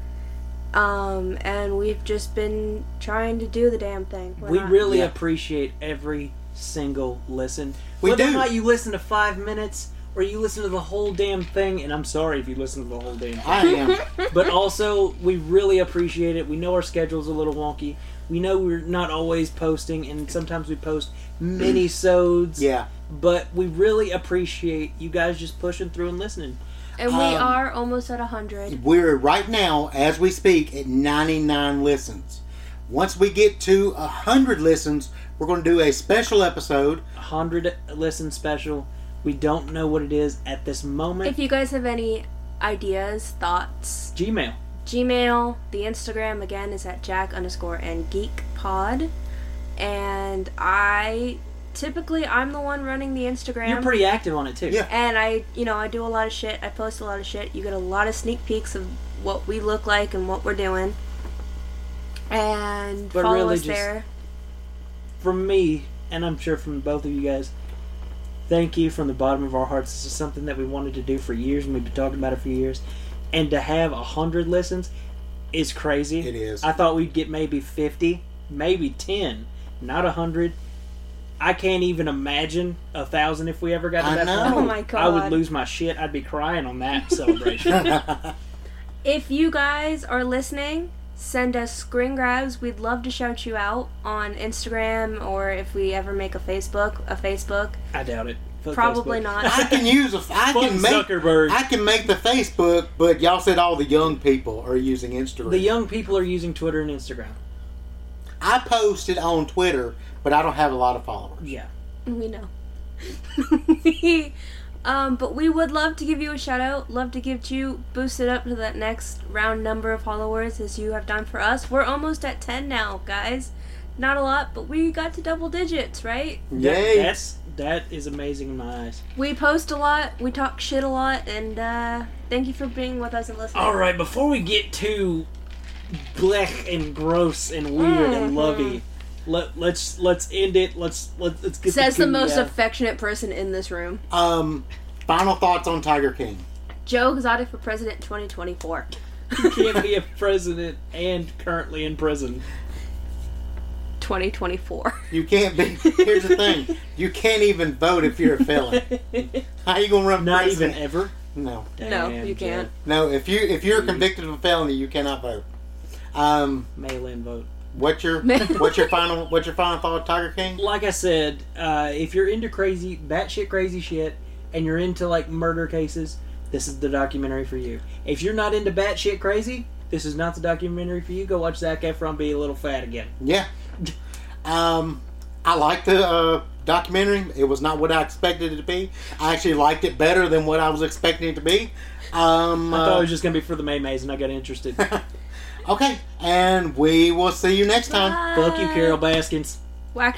Um, and we've just been trying to do the damn thing. We're we not- really Yeah. appreciate every single listen. We Whether or do. not you listen to five minutes or you listen to the whole damn thing, and I'm sorry if you listen to the whole damn thing. I am. but also, we really appreciate it. We know our schedule's a little wonky. We know we're not always posting, and sometimes we post (clears throat) mini sodes. yeah. But we really appreciate you guys just pushing through and listening. and we um, are almost at 100. We're right now, as we speak, at 99 listens. Once we get to 100 listens, we're going to do a special episode. 100 listen special. We don't know what it is at this moment. If you guys have any ideas, thoughts, Gmail. Gmail. The Instagram again is at Jack underscore and Geek Pod. And I typically I'm the one running the Instagram. You're pretty active on it too. Yeah. and I, you know, I do a lot of shit. I post a lot of shit. You get a lot of sneak peeks of what we look like and what we're doing. And But follow really us just- there. from me, and I'm sure from both of you guys, thank you from the bottom of our hearts. This is something that we wanted to do for years, and we've been talking about it for years. And to have a hundred listens is crazy. It is. I thought we'd get maybe fifty, maybe ten, not a hundred. I can't even imagine a thousand if we ever got to I that know. point. Oh my I would God. lose my shit. I'd be crying on (laughs) that celebration. If you guys are listening, send us screen grabs. We'd love to shout you out on Instagram or if we ever make a Facebook, a Facebook. I doubt it. Fuck Probably Facebook. not. I (laughs) can use a. I Fuck can make. Zuckerberg. I can make the Facebook, but y'all said all the young people are using Instagram. the young people are using Twitter and Instagram. I posted on Twitter, but I don't have a lot of followers. Yeah. We know. (laughs) um, but we would love to give you a shout out. Love to give you boost it up to that next round number of followers as you have done for us. We're almost at ten now, guys. Not a lot, but we got to double digits, right? Yay! That's that is amazing in my eyes. We post a lot, we talk shit a lot, and uh, thank you for being with us and listening. All right, before we get too blech and gross and weird Mm-hmm. and lovey, let, let's let's end it. Let's let, let's get Says the cootie most out. affectionate person in this room. Um, final thoughts on Tiger King. Joe Exotic for President (laughs) 2024. You can't be a president and currently in prison. 2024. You can't be. (laughs) Here's the thing: you can't even vote if you're a (laughs) felon. How you gonna run? Not even president? ever. No, No, you can't. no. If you if Mm-hmm. you're convicted of a felony, you cannot vote. Um, Mail-in vote. what's your what's your final what's your final thought, Tiger King? Like I said, uh, if you're into crazy, batshit crazy shit, and you're into like murder cases, this is the documentary for you. If you're not into batshit crazy, This is not the documentary for you. Go watch Zach Efron be a little fat again. Yeah. Um, I liked the uh, documentary. It was not what I expected it to be. I actually liked it better than what I was expecting it to be. Um, I thought it uh, was just gonna be for the Maymays, and I got interested. Fuck (laughs) okay, and we will see you next time. you, Carol Baskins.